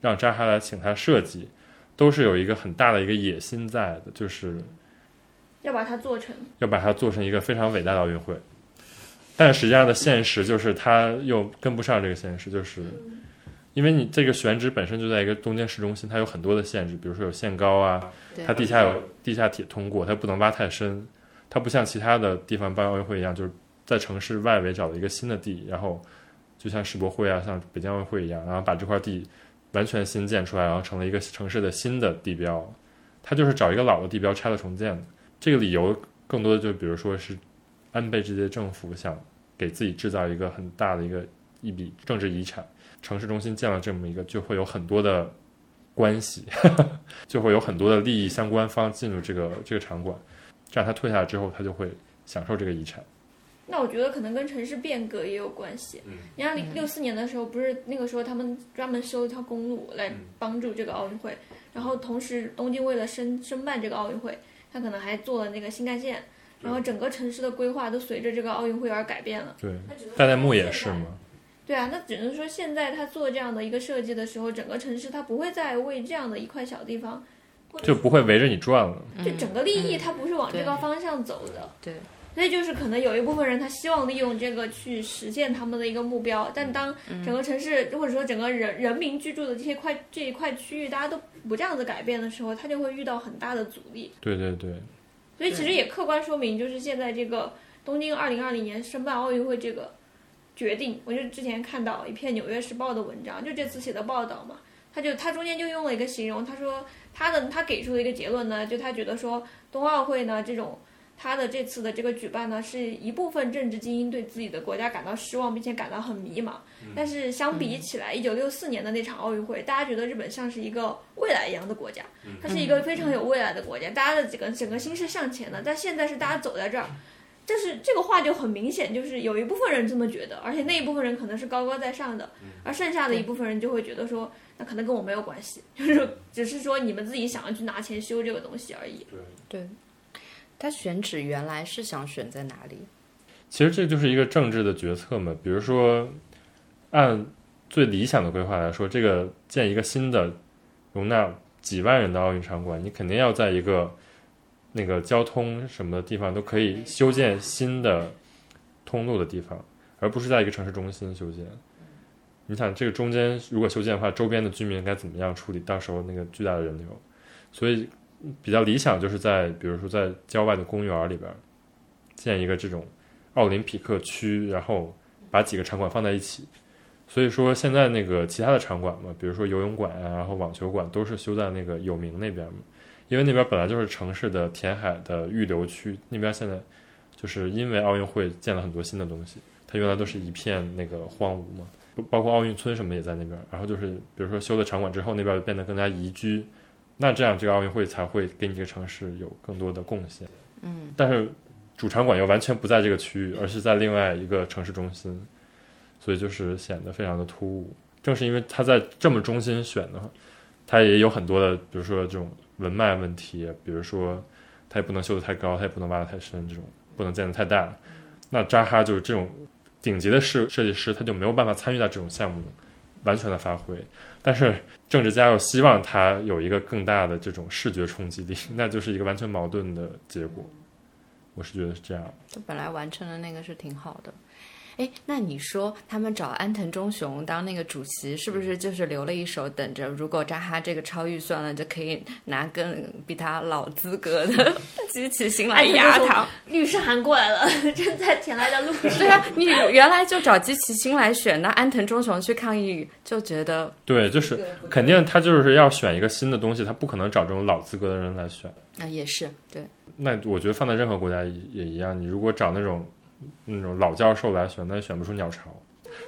S2: 让扎哈来请他设计，都是有一个很大的一个野心在的，就是
S3: 要把它做成，
S2: 要把它做成一个非常伟大的奥运会。但实际上的现实就是，他又跟不上这个现实，就是因为你这个选址本身就在一个东京市中心，它有很多的限制，比如说有限高啊，
S4: 对
S2: 它地下有地下铁通过，它不能挖太深。它不像其他的地方办奥运会一样，就是在城市外围找了一个新的地，然后就像世博会啊，像北京奥运会一样，然后把这块地完全新建出来，然后成了一个城市的新的地标。它就是找一个老的地标拆了重哎建的。这个理由更多的就比如说是安倍这届政府想给自己制造一个很大的一个一笔政治遗产，城市中心建了这么一个，就会有很多的关系，就会有很多的利益相关方进入这个这个场馆，这样他退下来之后，他就会享受这个遗产。
S3: 那我觉得可能跟城市变革也有关系。
S2: 嗯
S3: 你看六四年的时候，不是那个时候他们专门修一条公路来
S2: 嗯
S3: 帮助这个奥运会，然后同时东京为了申申办这个奥运会，他可能还做了那个新干线，然后整个城市的规划都随着这个奥运会而改变了。
S2: 对，
S3: 那只能
S2: 代代
S3: 说
S2: 木也
S3: 现
S2: 是
S3: 在
S2: 嘛，
S3: 对啊，那只能说现在他做这样的一个设计的时候，整个城市它不会再为这样的一块小地方，或者
S2: 就不会围着你转了。
S3: 就整个利益它不是往这个
S4: 嗯对
S3: 方向走的。
S4: 对，
S3: 所以就是可能有一部分人他希望利用这个去实现他们的一个目标，
S4: 嗯
S3: 但当整个城市、或者说整个人人民居住的这些块这一块区域大家都不这样子改变的时候，他就会遇到很大的阻力。
S2: 对对对，
S3: 所以其实也客观说明，就是现在这个东京二零二零年申办奥运会这个决定，我就之前看到一篇《纽约时报》的文章，就这次写的报道嘛，他就他中间就用了一个形容，他说他的他给出的一个结论呢，就他觉得说冬奥会呢这种。他的这次的这个举办呢，是一部分政治精英对自己的国家感到失望，并且感到很迷茫。但是相比起来，一九六四年的那场奥运会，大家觉得日本像是一个未来一样的国家，它是一个非常有未来的国家，大家的整个整个心是向前的。但现在是大家走在这儿，但是这个话就很明显，就是有一部分人这么觉得，而且那一部分人可能是高高在上的，而剩下的一部分人就会觉得说，那可能跟我没有关系，就是只是说你们自己想要去拿钱修这个东西而已。
S4: 对，他选址原来是想选在哪里？
S2: 其实这就是一个政治的决策嘛。比如说，按最理想的规划来说，这个建一个新的容纳几万人的奥运场馆，你肯定要在一个那个交通什么的地方都可以修建新的通路的地方，而不是在一个城市中心修建。你想，这个中间如果修建的话，周边的居民该怎么样处理？到时候那个巨大的人流，所以比较理想就是在比如说在郊外的公园里边儿建一个这种奥林匹克区，然后把几个场馆放在一起。所以说现在那个其他的场馆嘛，比如说游泳馆啊，然后网球馆都是修在那个有名那边嘛，因为那边本来就是城市的填海的预留区，那边现在就是因为奥运会建了很多新的东西，它原来都是一片那个荒芜嘛，包括奥运村什么也在那边。然后就是比如说修了场馆之后，那边变得更加宜居，那这样这个奥运会才会给你这个城市有更多的贡献。嗯，但是主场馆又完全不在这个区域，而是在另外一个城市中心，所以就是显得非常的突兀。正是因为它在这么中心选的话，它也有很多的，比如说这种文脉问题，比如说它也不能修得太高，它也不能挖得太深，这种不能建得太大。那扎哈就是这种顶级的设设计师，他就没有办法参与到这种项目完全的发挥。但是政治家又希望他有一个更大的这种视觉冲击力， <laughs> 那就是一个完全矛盾的结果。我是觉得是这样。
S4: 就本来完成的那个是挺好的。哎，那你说他们找安藤忠雄当那个主席，是不是就是留了一手，等着如果扎哈这个超预算了，就可以拿更比他老资 <laughs> 格的机器新来压哎他？
S3: 律师函过来了，正在前来的路
S4: 对
S3: 上。
S4: 啊，你原来就找机器新来选，那安藤忠雄去抗议，就觉得
S2: 对，就是肯定他就是要选一个新的东西，他不可能找这种老资格的人来选。
S4: 啊、也是对，
S2: 那我觉得放在任何国家也也一样，你如果找那种那种老教授来选，那也选不出鸟巢，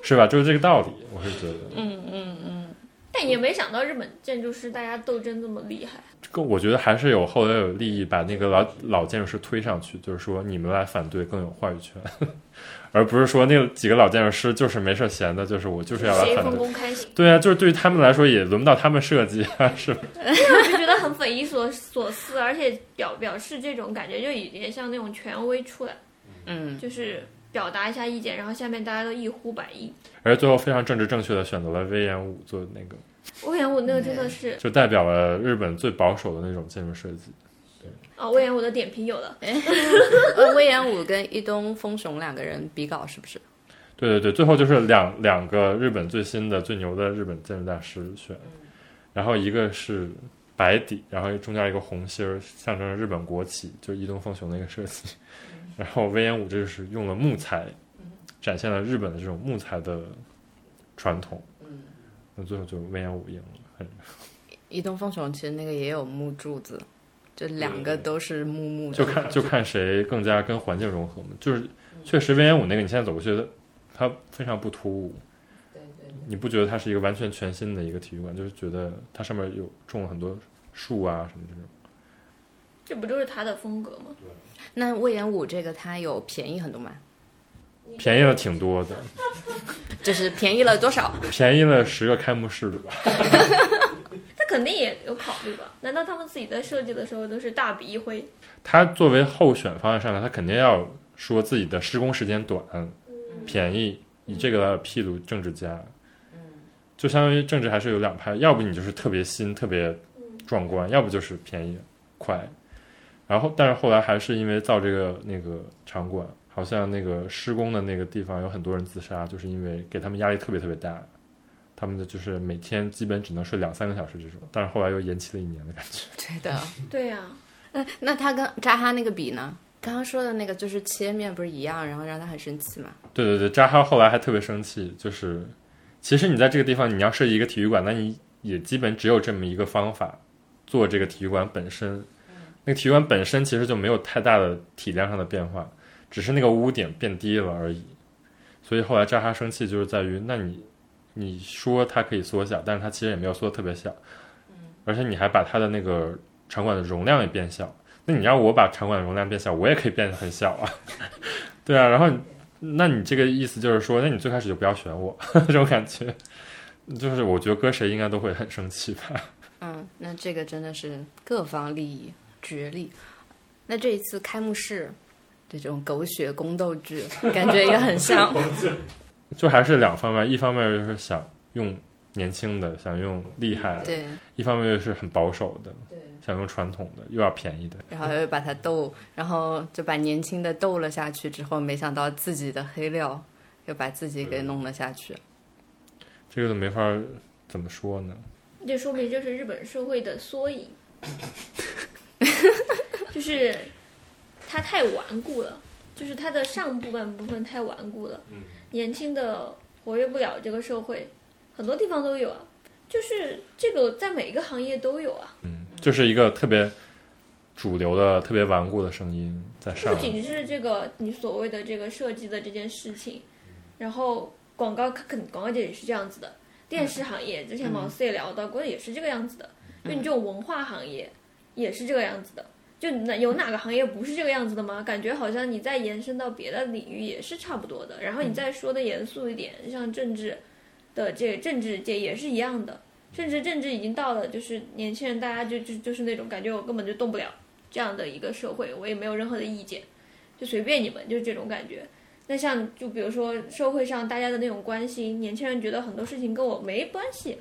S2: 是吧？就是这个道理，我是觉得。
S4: 嗯嗯嗯，
S3: <laughs> 但也没想到日本建筑师大家斗争这么厉害。
S2: 这个我觉得还是有后来有利益把那个老老建筑师推上去，就是说你们来反对更有话语权， <laughs> 而不是说那几个老建筑师就是没事闲的，就是我就是要来
S3: 谁
S2: 反
S3: 分
S2: 对。
S3: 工开心，
S2: 对啊，就是对于他们来说也轮不到他们设计啊，是吧？
S3: 我就觉得很匪夷所所思，而且表表示这种感觉就有点像那种权威出来，
S4: 嗯，
S3: 就是表达一下意见，然后下面大家都一呼百应。
S2: 而最后非常政治正确的选择了威严五做那个，
S3: 魏延武那个真的是
S2: 就代表了日本最保守的那种建筑设计。
S3: 啊，魏延武的点评有了，
S4: 呃，魏延武跟伊东丰雄两个人比稿是不是？
S2: 对对对，最后就是两两个日本最新的最牛的日本建筑大师选，然后一个是白底，然后中间一个红心儿，象征着日本国旗，就是伊东丰雄的一个设计。 <laughs> 然后威严武这就是用了木材，展现了日本的这种木材的传统。那最后就威严武赢了。很
S4: 伊东丰雄其实那个也有木柱子，就两个都是木木的，
S2: 就看就看谁更加跟环境融合嘛。就是确实 V N 五那个，你现在走过去，它非常不突兀。你不觉得它是一个完全全新的一个体育馆？就是觉得它上面有种了很多树啊什么这种。
S3: 这不就是他的风格吗？
S4: 那魏延武这个它有便宜很多吗？
S2: 便宜了挺多的，
S4: 就是便宜了多少？
S2: 便宜了十个开幕式吧。
S3: 他肯定也有考虑吧？难道他们自己在设计的时候都是大笔一挥？
S2: 它作为候选方案上来，它肯定要说自己的施工时间短、便宜，以这个来披露政治家。就相当于政治还是有两派，要不你就是特别新、特别壮观，要不就是便宜快。然后，但是后来还是因为造这个那个场馆，好像那个施工的那个地方有很多人自杀，就是因为给他们压力特别特别大，他们的就是每天基本只能睡两三个小时这种。但是后来又延期了一年的感觉。
S4: <laughs> 对的。
S3: 对呀、
S4: 那嗯那他跟扎哈那个比呢？刚刚说的那个就是切面不是一样，然后让他很生气嘛？
S2: 对对对，扎哈后来还特别生气，就是其实你在这个地方你要设计一个体育馆，那你也基本只有这么一个方法做这个体育馆本身。那个体育馆本身其实就没有太大的体量上的变化，只是那个污点变低了而已。所以后来扎哈生气就是在于，那你你说它可以缩小，但是它其实也没有缩得特别小，而且你还把它的那个场馆的容量也变小。那你让我把场馆的容量变小，我也可以变得很小啊。 <laughs> 对啊，然后那你这个意思就是说，那你最开始就不要选我， <laughs> 这种感觉，就是我觉得搁谁应该都会很生气吧。 <laughs>
S4: 嗯，那这个真的是各方利益角力。那这一次开幕式这种狗血宫斗剧，感觉也很 <laughs> 像。
S2: 就还是两方面，一方面就是想用年轻的，想用厉害的；
S4: 对，
S2: 一方面又是很保守的，想用传统的，又要便宜的。
S4: 然后又把他斗，然后就把年轻的斗了下去之后，没想到自己的黑料又把自己给弄了下去。
S2: 这个就没法儿怎么说呢？
S3: 这说明这是日本社会的缩影，就是它太顽固了，就是它的上部分部分太顽固了。年轻的活跃不了这个社会，很多地方都有啊，就是这个在每一个行业都有啊，
S2: 嗯，就是一个特别主流的、特别顽固的声音在上
S3: 不
S2: 来。
S3: 仅是这个你所谓的这个设计的这件事情，然后广告它肯广告界也是这样子的，电视行业之前毛四也聊到过，也是这个样子的。就你这种文化行业也是这个样子的，就哪有哪个行业不是这个样子的吗？感觉好像你再延伸到别的领域也是差不多的，然后你再说的严肃一点，像政治的这政治界也是一样的，甚至政治已经到了就是年轻人大家就就就是那种感觉我根本就动不了这样的一个社会，我也没有任何的意见，就随便你们，就是这种感觉。那像就比如说社会上大家的那种关心，年轻人觉得很多事情跟我没关系，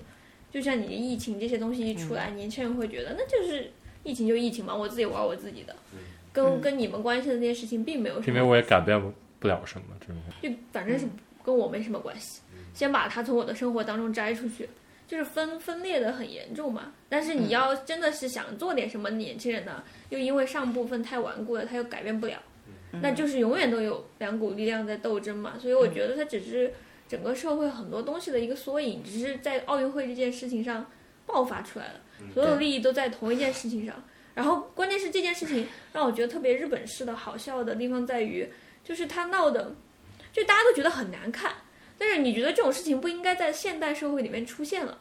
S3: 就像你疫情这些东西一出来，年轻人会觉得那就是疫情就疫情嘛，我自己玩我自己的，跟跟你们关系的那些事情嗯并没有什
S2: 因
S3: 么
S2: 为我也改变不不了什么，这种
S3: 就反正是跟我没什么关系，先把它从我的生活当中摘出去，就是分分裂的很严重嘛。但是你要真的是想做点什么，年轻人呢，又因为上部分太顽固了，他又改变不了，那就是永远都有两股力量在斗争嘛。所以我觉得它只是整个社会很多东西的一个缩影，只是在奥运会这件事情上爆发出来了，所有利益都在同一件事情上。然后关键是这件事情让我觉得特别日本式的好笑的地方在于，就是他闹的就大家都觉得很难看，但是你觉得这种事情不应该在现代社会里面出现了，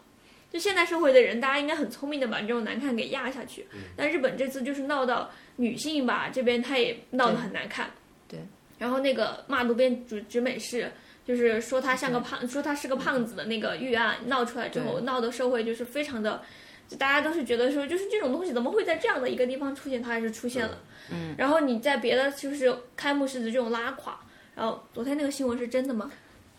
S3: 就现代社会的人，大家应该很聪明的把这种难看给压下去。
S4: 嗯
S3: 但日本这次就是闹到女性吧，这边她也闹得很难看。
S4: 对对
S3: 然后那个骂渡边直直美是，就是说她像个胖，说她是个胖子的那个预案闹出来之后，
S4: 对
S3: 闹的社会就是非常的，就大家都是觉得说，就是这种东西怎么会在这样的一个地方出现，它还是出现了。嗯。然后你在别的就是开幕式的这种拉垮，然后昨天那个新闻是真的吗？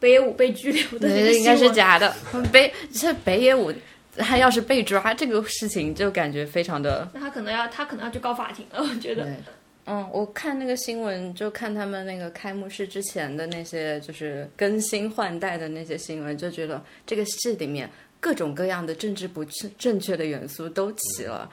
S3: 北野武被拘留的那个
S4: 对，
S3: 新闻
S4: 应该是假 <laughs> 的。北这北野武，他要是被抓，这个事情就感觉非常的
S3: 那他可能要他可能要去告法庭了，我觉得。
S4: 对，嗯，我看那个新闻，就看他们那个开幕式之前的那些，就是更新换代的那些新闻，就觉得这个戏里面各种各样的政治不正正确的元素都齐了。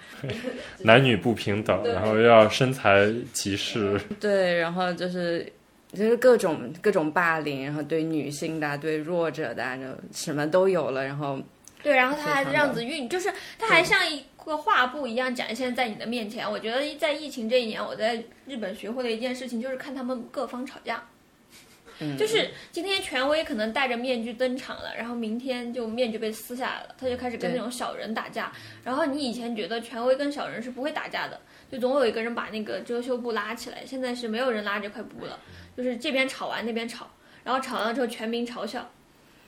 S2: 男女不平等，然后又要身材歧视，
S4: 对，然后就是就是各种各种霸凌，然后对女性的啊、对弱者的啊，就什么都有了。然后
S3: 对，然后他还这
S4: 非常的
S3: 样子运，就是他还像一个画布一样展现在你的面前。我觉得在疫情这一年，我在日本学会的一件事情就是看他们各方吵架。就是今天权威可能戴着面具登场了，然后明天就面具被撕下来了，他就开始跟
S4: 对
S3: 那种小人打架。然后你以前觉得权威跟小人是不会打架的，就总有一个人把那个遮羞布拉起来，现在是没有人拉这块布了，就是这边吵完那边吵，然后吵完了之后全民嘲笑，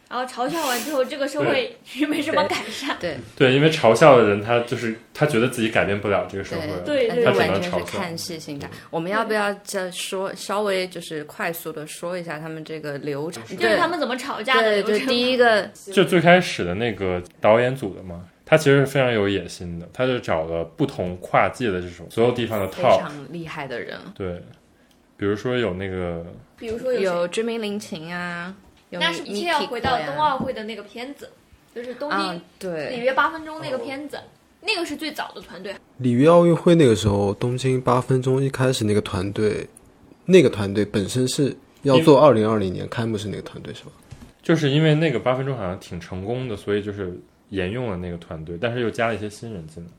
S3: 然后嘲笑完之后这个社会也没什么改善。
S4: 对
S2: 对，因为嘲笑的人他就是他觉得自己改变不了这个社
S4: 对
S2: 会，
S3: 对
S4: 那
S3: 对
S4: 就
S3: 对
S4: 完
S2: 他只
S4: 全
S2: 能
S4: 是
S2: 嘲笑嗯
S4: 看戏心态。我们要不要再说稍微就是快速的说一下他们这个流程？
S3: 就是
S4: 对
S3: 他。们怎么吵架的
S4: 对，
S3: 流
S4: 就
S3: 程。
S4: 第
S3: <laughs>
S4: 一个
S2: 就最开始的那个导演组的嘛，他其实是非常有野心的，他就找了不同跨界的这种所有地方的
S4: 非
S2: top，
S4: 常厉害的人，
S2: 对，比如说有那个
S3: 比如说
S4: 有
S3: 有谁，
S4: 知名林琴啊，有
S3: 那是必须
S4: Miki
S3: 要回到
S4: Ko 呀
S3: 冬奥会的那个片子，就是东
S4: 啊
S3: 京，里
S4: 对，哦
S3: 约八分钟那个片子，那个是最早的团队。
S1: 里约奥运会那个时候，东京八分钟一开始那个团队，那个团队本身是要做二零二零年开幕式那个团队是吧？
S2: 就是因为那个八分钟好像挺成功的，所以就是沿用了那个团队，但是又加了一些新人进来。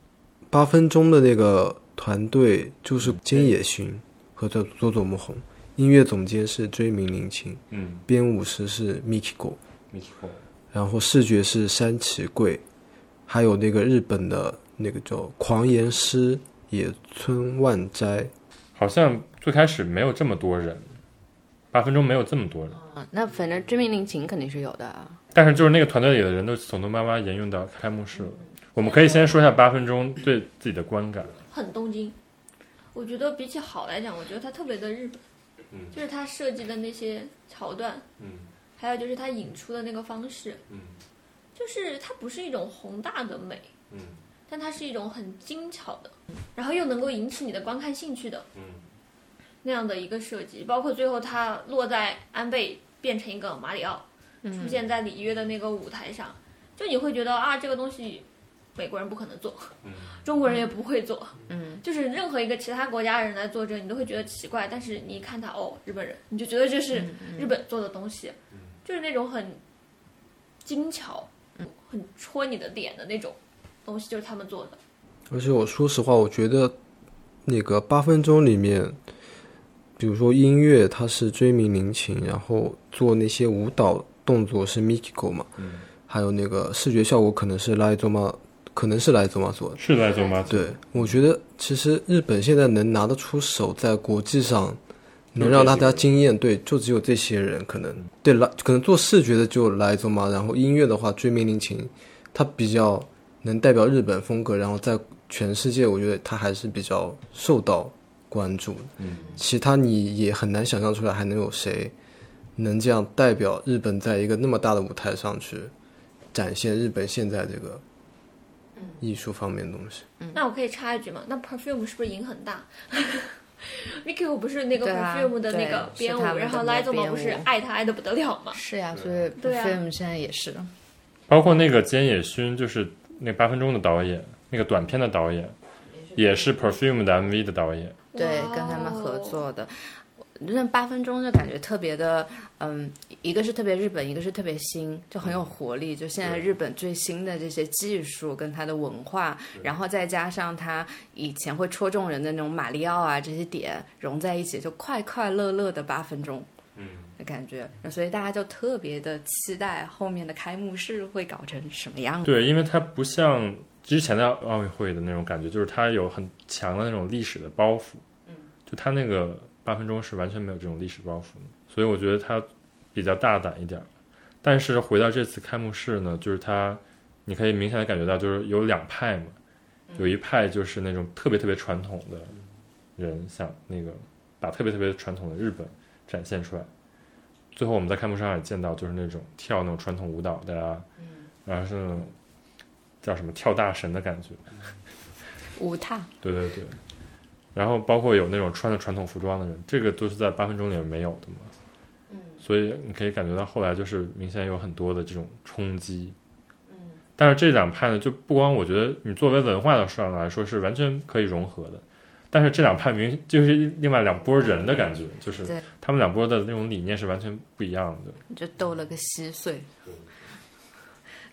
S1: 八分钟的那个团队就是金野勋和佐佐佐木宏，音乐总监是追名林檎，
S2: 嗯
S1: 编舞师是 Mikiko，
S2: ，Mikiko，
S1: 然后视觉是山崎贵，还有那个日本的那个叫狂言师野村万斋，
S2: 好像最开始没有这么多人，八分钟没有这么多人，
S4: 嗯那反正知名林琴肯定是有的啊，
S2: 但是就是那个团队里的人都从头慢慢沿用到开幕式了。我们可以先说一下八分钟对自己的观感，
S3: 很东京。我觉得比起好来讲，我觉得它特别的日本，
S2: 嗯
S3: 就是它设计的那些桥段，
S2: 嗯
S3: 还有就是它引出的那个方式，
S2: 嗯
S3: 就是它不是一种宏大的美，
S2: 嗯
S3: 但它是一种很精巧的，然后又能够引起你的观看兴趣的
S2: 嗯，
S3: 那样的一个设计。包括最后它落在安倍变成一个马里奥，出现在里约的那个舞台上，就你会觉得啊，这个东西美国人不可能做，
S2: 嗯
S3: 中国人也不会做，嗯，就是任何一个其他国家人来做这个，你都会觉得奇怪，但是你一看他哦，日本人，你就觉得这是
S4: 嗯
S3: 日本做的东西，就是那种很精巧、
S4: 嗯
S3: 很戳你的脸的那种东西，就是他们做的。
S1: 而且我说实话，我觉得那个八分钟里面，比如说音乐，它是追名林琴，然后做那些舞蹈动作是 Mikiko 嘛，还有那个视觉效果可能是来佐马，可能是来佐马做的。
S2: 是在做吗？
S1: 对，我觉得其实日本现在能拿得出手，在国际上能让大家惊艳，对，就只有这些人可能对来，可能做视觉的就来佐马，然后音乐的话追命令琴，它比较能代表日本风格，然后在全世界我觉得它还是比较受到关注的。
S2: 嗯，
S1: 其他你也很难想象出来还能有谁能这样代表日本，在一个那么大的舞台上去展现日本现在这个艺术方面的东西。
S4: 嗯
S3: 那我可以插一句吗？那 perfume 是不是赢很大？Vicky 不是那个
S4: 对啊
S3: perfume 的那个
S4: 对
S3: 编舞，
S4: 是他们的
S3: 然后
S4: 那个
S3: Lizo 嘛
S4: 编舞
S3: 不是爱他爱的不得了吗？
S4: 是呀，所以
S3: 对啊
S4: film 现在也是，
S2: 包括那个菅野勋，就是那八分钟的导演，那个短片的导演，也是 Perfume 的 MV 的导演。
S4: 对
S3: 哇，哦
S4: 跟他们合作的。那八分钟就感觉特别的，嗯，一个是特别日本，一个是特别新，就很有活力。就现在日本最新的这些技术跟它的文化，然后再加上它以前会戳中人的那种马里奥啊这些点融在一起，就快快乐乐的八分钟。的感觉，所以大家就特别的期待后面的开幕式会搞成什么样子。
S2: 对，因为它不像之前的奥运会的那种感觉，就是它有很强的那种历史的包袱。就它那个八分钟是完全没有这种历史包袱的，所以我觉得它比较大胆一点儿。但是回到这次开幕式呢，就是它，你可以明显的感觉到，就是有两派嘛，有一派就是那种特别特别传统的人，想那个把特别特别传统的日本展现出来。最后我们在开幕式上也见到，就是那种跳那种传统舞蹈的呀、然后是那种叫什么跳大神的感觉，
S4: 舞踏
S2: 对对对，然后包括有那种穿着传统服装的人，这个都是在八分钟里面没有的嘛。所以你可以感觉到后来就是明显有很多的这种冲击。但是这两派呢，就不光我觉得你作为文化的上来说是完全可以融合的，但是这两派明就是另外两拨人的感觉，就是
S4: 对
S2: 他们两拨的那种理念是完全不一样的。
S4: 就斗了个稀碎。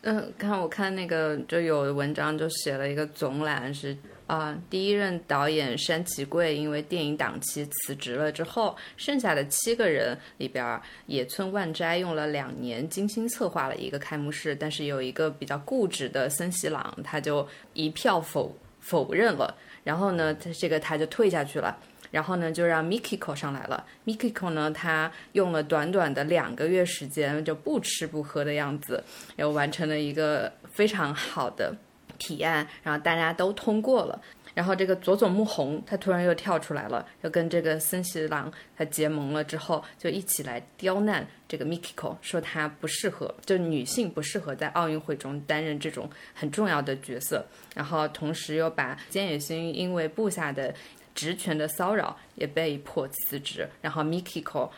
S4: 嗯，看我看那个就有文章就写了一个总览是啊、第一任导演山崎贵因为电影档期辞职了之后，剩下的七个人里边儿，野村万斋用了两年精心策划了一个开幕式，但是有一个比较固执的森喜朗，他就一票否否认了，然后呢，他这个他就退下去了。然后呢，就让 Mikiko 上来了。Mikiko 呢，他用了短短的两个月时间，就不吃不喝的样子，然后完成了一个非常好的提案，然后大家都通过了。然后这个佐佐木宏他突然又跳出来了，又跟这个森喜朗他结盟了之后，就一起来刁难这个 Mikiko，说她不适合，就女性不适合在奥运会中担任这种很重要的角色。然后同时又把菅野薰因为部下的职权的骚扰也被迫辞职，然后 Mikiko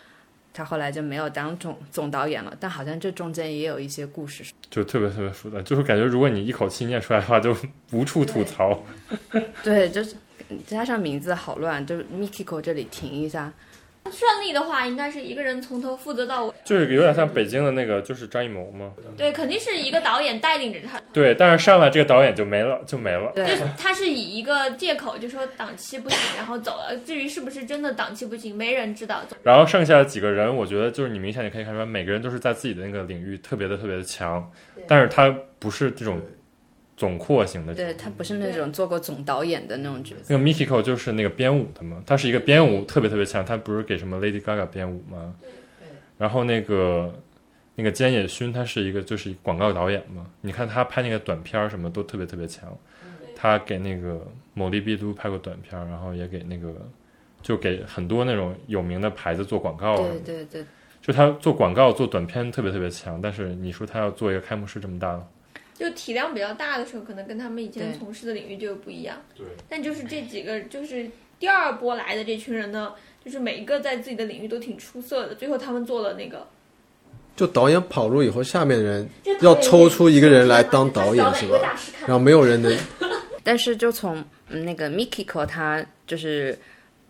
S4: 他后来就没有当总总导演了，但好像这中间也有一些故事。
S2: 就特别特别复杂，就是感觉如果你一口气念出来的话，就无处吐槽。
S4: 对，就是加上名字好乱，就是 Mikiko 这里停一下，
S3: 顺利的话，应该是一个人从头负责到尾，
S2: 就是有点像北京的那个，就是张艺谋嘛。
S3: 对，肯定是一个导演带领着他，
S2: 对，但是上来这个导演就没了，就没了。
S4: 对
S3: 就，是他是以一个借口就说档期不行，然后走了。至于是不是真的档期不行，没人知道。
S2: 然后剩下的几个人，我觉得就是你明显你可以看出来，每个人都是在自己的那个领域特别的特别的强，但是他不是这种总括型的。
S4: 对他不是那种做过总导演的那种角色。
S2: 那个 Mikiko 就是那个编舞的嘛，他是一个编舞特别特别强，他不是给什么 Lady Gaga 编舞吗？然后那个那个菅野勋，他是一个就是一个广告导演嘛，你看他拍那个短片儿什么都特别特别强，
S4: 嗯
S2: 他给那个某利必都拍过短片儿，然后也给那个就给很多那种有名的牌子做广告啊什么的
S4: 对对对，
S2: 就他做广告、做短片特别特别强，但是你说他要做一个开幕式这么大，
S3: 就体量比较大的时候，可能跟他们以前
S4: 对
S3: 从事的领域就不一样。
S2: 对。
S3: 但就是这几个，就是第二波来的这群人呢，就是每一个在自己的领域都挺出色的。最后他们做了那个，
S1: 就导演跑路以后，下面的人
S3: 这
S1: 要抽出一个人来当导演
S3: 他
S1: 是吧
S3: 是导演一个大师看
S1: 然后没有人能
S4: 但是就从嗯那个 Mikiko 他就是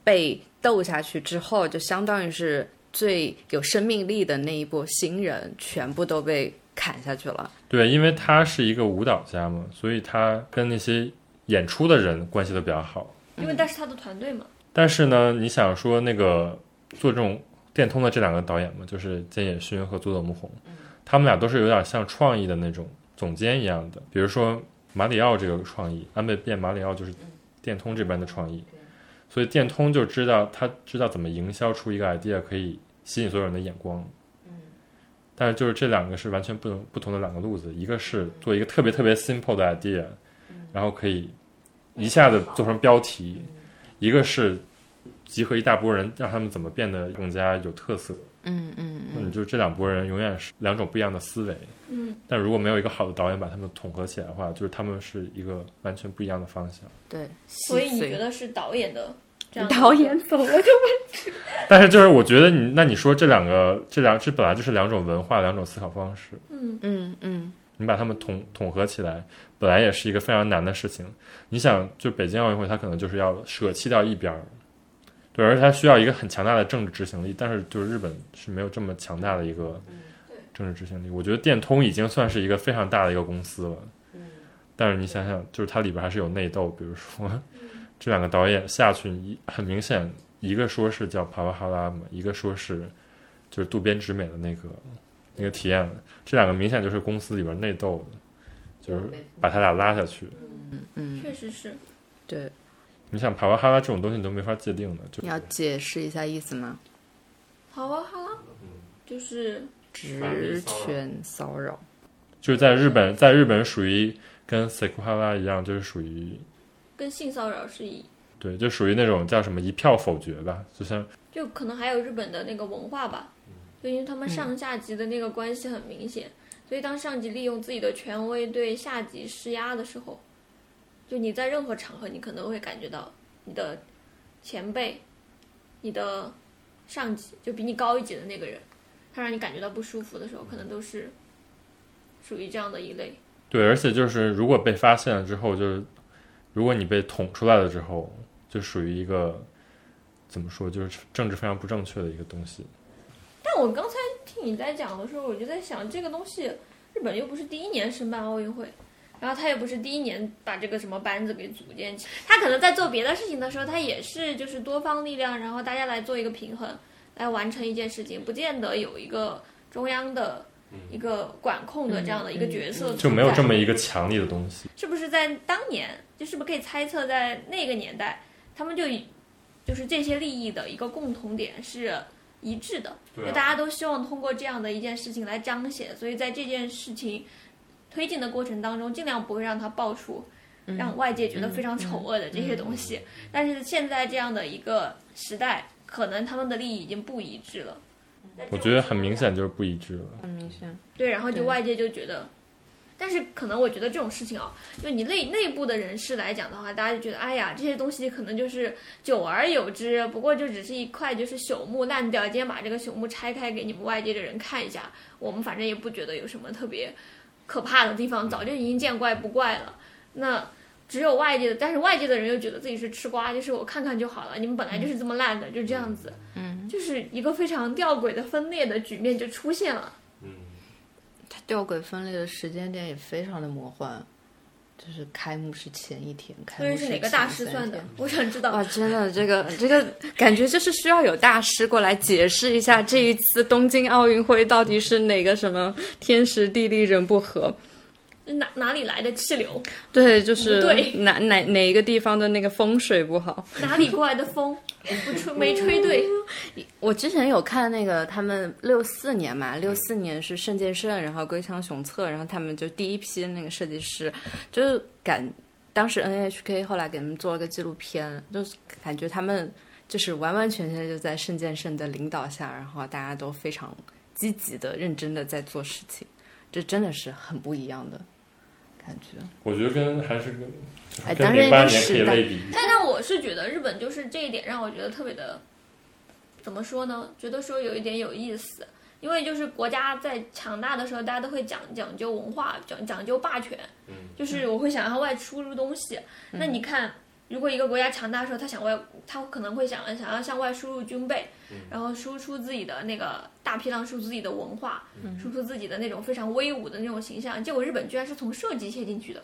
S4: 被斗下去之后，就相当于是最有生命力的那一波新人全部都被砍下去了。
S2: 对，因为他是一个舞蹈家嘛，所以他跟那些演出的人关系都比较好。
S3: 因为但是他的团队嘛，
S2: 但是呢，你想说那个做这种电通的这两个导演嘛，就是菅野勋和佐佐木宏，他们俩都是有点像创意的那种总监一样的。比如说马里奥这个创意，安倍变马里奥就是电通这边的创意，所以电通就知道他知道怎么营销出一个 idea 可以吸引所有人的眼光。但是就是这两个是完全不同不同的两个路子，一个是做一个特别特别 simple 的 idea，然后可以一下子做成标题，一个是集合一大波人，让他们怎么变得更加有特色。
S4: 嗯嗯
S2: 嗯，就这两拨人永远是两种不一样的思维。
S3: 嗯，
S2: 但如果没有一个好的导演把他们统合起来的话，就是他们是一个完全不一样的方向。
S4: 对，
S3: 所以你
S4: 稀碎
S3: 觉得是导演的这样的
S4: 导演走了就
S2: 但是就是我觉得你，那你说这两个，这两这本来就是两种文化，两种思考方式，
S3: 嗯，
S4: 嗯嗯
S2: 你把他们统统合起来，本来也是一个非常难的事情。你想，就北京奥运会，它可能就是要舍弃掉一边儿，对，而且它需要一个很强大的政治执行力。但是，就是日本是没有这么强大的一个政治执行力。我觉得电通已经算是一个非常大的一个公司了，但是你想想，就是它里边还是有内斗，比如说 <laughs> 这两个导演下去，一很明显，一个说是叫帕瓦哈拉姆，一个说是就是渡边直美的那个那个体验了。这两个明显就是公司里边内斗的，就是把他俩拉下去。
S4: 嗯，
S3: 确实是。
S4: 对，
S2: 你想帕瓦哈拉这种东西你都没法界定的，就
S4: 你要解释一下意思吗？
S3: 好哇哈拉，就是
S4: 职权骚扰，
S2: 就是在日本，在日本属于跟 s e k u h a r a 一样，就是属于
S3: 跟性骚扰是一，
S2: 对，就属于那种叫什么一票否决吧，就像
S3: 就可能还有日本的那个文化吧，就因为他们上下级的那个关系很明显，所以当上级利用自己的权威对下级施压的时候，就你在任何场合，你可能会感觉到你的前辈、你的上级，就比你高一级的那个人，他让你感觉到不舒服的时候，可能都是属于这样的一类。
S2: 对，而且就是如果被发现了之后，就是如果你被捅出来了之后，就属于一个怎么说，就是政治非常不正确的一个东西。
S3: 但我刚才听你在讲的时候，我就在想，这个东西日本又不是第一年申办奥运会，然后他也不是第一年把这个什么班子给组建起，他可能在做别的事情的时候，他也是就是多方力量，然后大家来做一个平衡，来完成一件事情，不见得有一个中央的一个管控的这样的一个角色存在，
S2: 就没有这么一个强力的东西。
S3: 是不是在当年，就是不是可以猜测，在那个年代，他们就以就是这些利益的一个共同点是一致的，
S2: 对啊
S3: 就大家都希望通过这样的一件事情来彰显，所以在这件事情推进的过程当中，尽量不会让它爆出
S2: 嗯
S3: 让外界觉得非常丑恶的这些东西。但是现在这样的一个时代，可能他们的利益已经不一致了。
S2: 我觉得很明显就是不一致了。
S4: 很明显。
S3: 对，然后就
S4: 对
S3: 外界就觉得，但是可能我觉得这种事情啊，就你内内部的人士来讲的话，大家就觉得，哎呀，这些东西可能就是久而有之，不过就只是一块就是朽木烂掉，今天把这个朽木拆开给你们外界的人看一下，我们反正也不觉得有什么特别可怕的地方，早就已经见怪不怪了。那。只有外界的，但是外界的人又觉得自己是吃瓜，就是我看看就好了。你们本来就是这么烂的，就这样子，嗯，就是一个非常吊诡的分裂的局面就出现了。
S4: 它吊诡分裂的时间点也非常的魔幻，就是开幕式前一天，开
S3: 所
S4: 幕
S3: 以
S4: 式
S3: 是哪个大
S4: 前
S3: 师
S4: 三
S3: 算的
S4: 天？
S3: 我想知道
S4: 哇，。啊真的，这个 <laughs> 这个感觉就是需要有大师过来解释一下这一次东京奥运会到底是哪个什么天时地利人不和。
S3: 哪哪里来的气流，
S4: 对，就是
S3: 不对
S4: 哪哪哪一个地方的那个风水不好。
S3: 哪里过来的风，不吹没吹对，
S4: 我之前有看那个他们六四年
S2: 嗯
S4: 嘛，六四年是圣剑圣，然后龟仓雄策，然后他们就第一批那个设计师，就是感当时 NHK 后来给他们做了个纪录片，就是感觉他们就是完完全全就在圣剑圣的领导下，然后大家都非常积极的、认真的在做事情，这真的是很不一样的感觉。
S2: 我觉得跟还是跟
S4: 哎
S2: 跟
S4: 当然
S2: 零八
S4: 那个
S2: 年可以
S4: 时代
S2: 类比，
S3: 但但我是觉得日本就是这一点让我觉得特别的，怎么说呢？觉得说有一点有意思，因为就是国家在强大的时候，大家都会讲讲究文化，讲讲究霸权，就是我会想向外输入东西。那你看，如果一个国家强大的时候，他想外，他可能会想想要向外输入军备，然后输出自己的那个大批量输出自己的文化，输出自己的那种非常威武的那种形象。结果日本居然是从设计切进去的。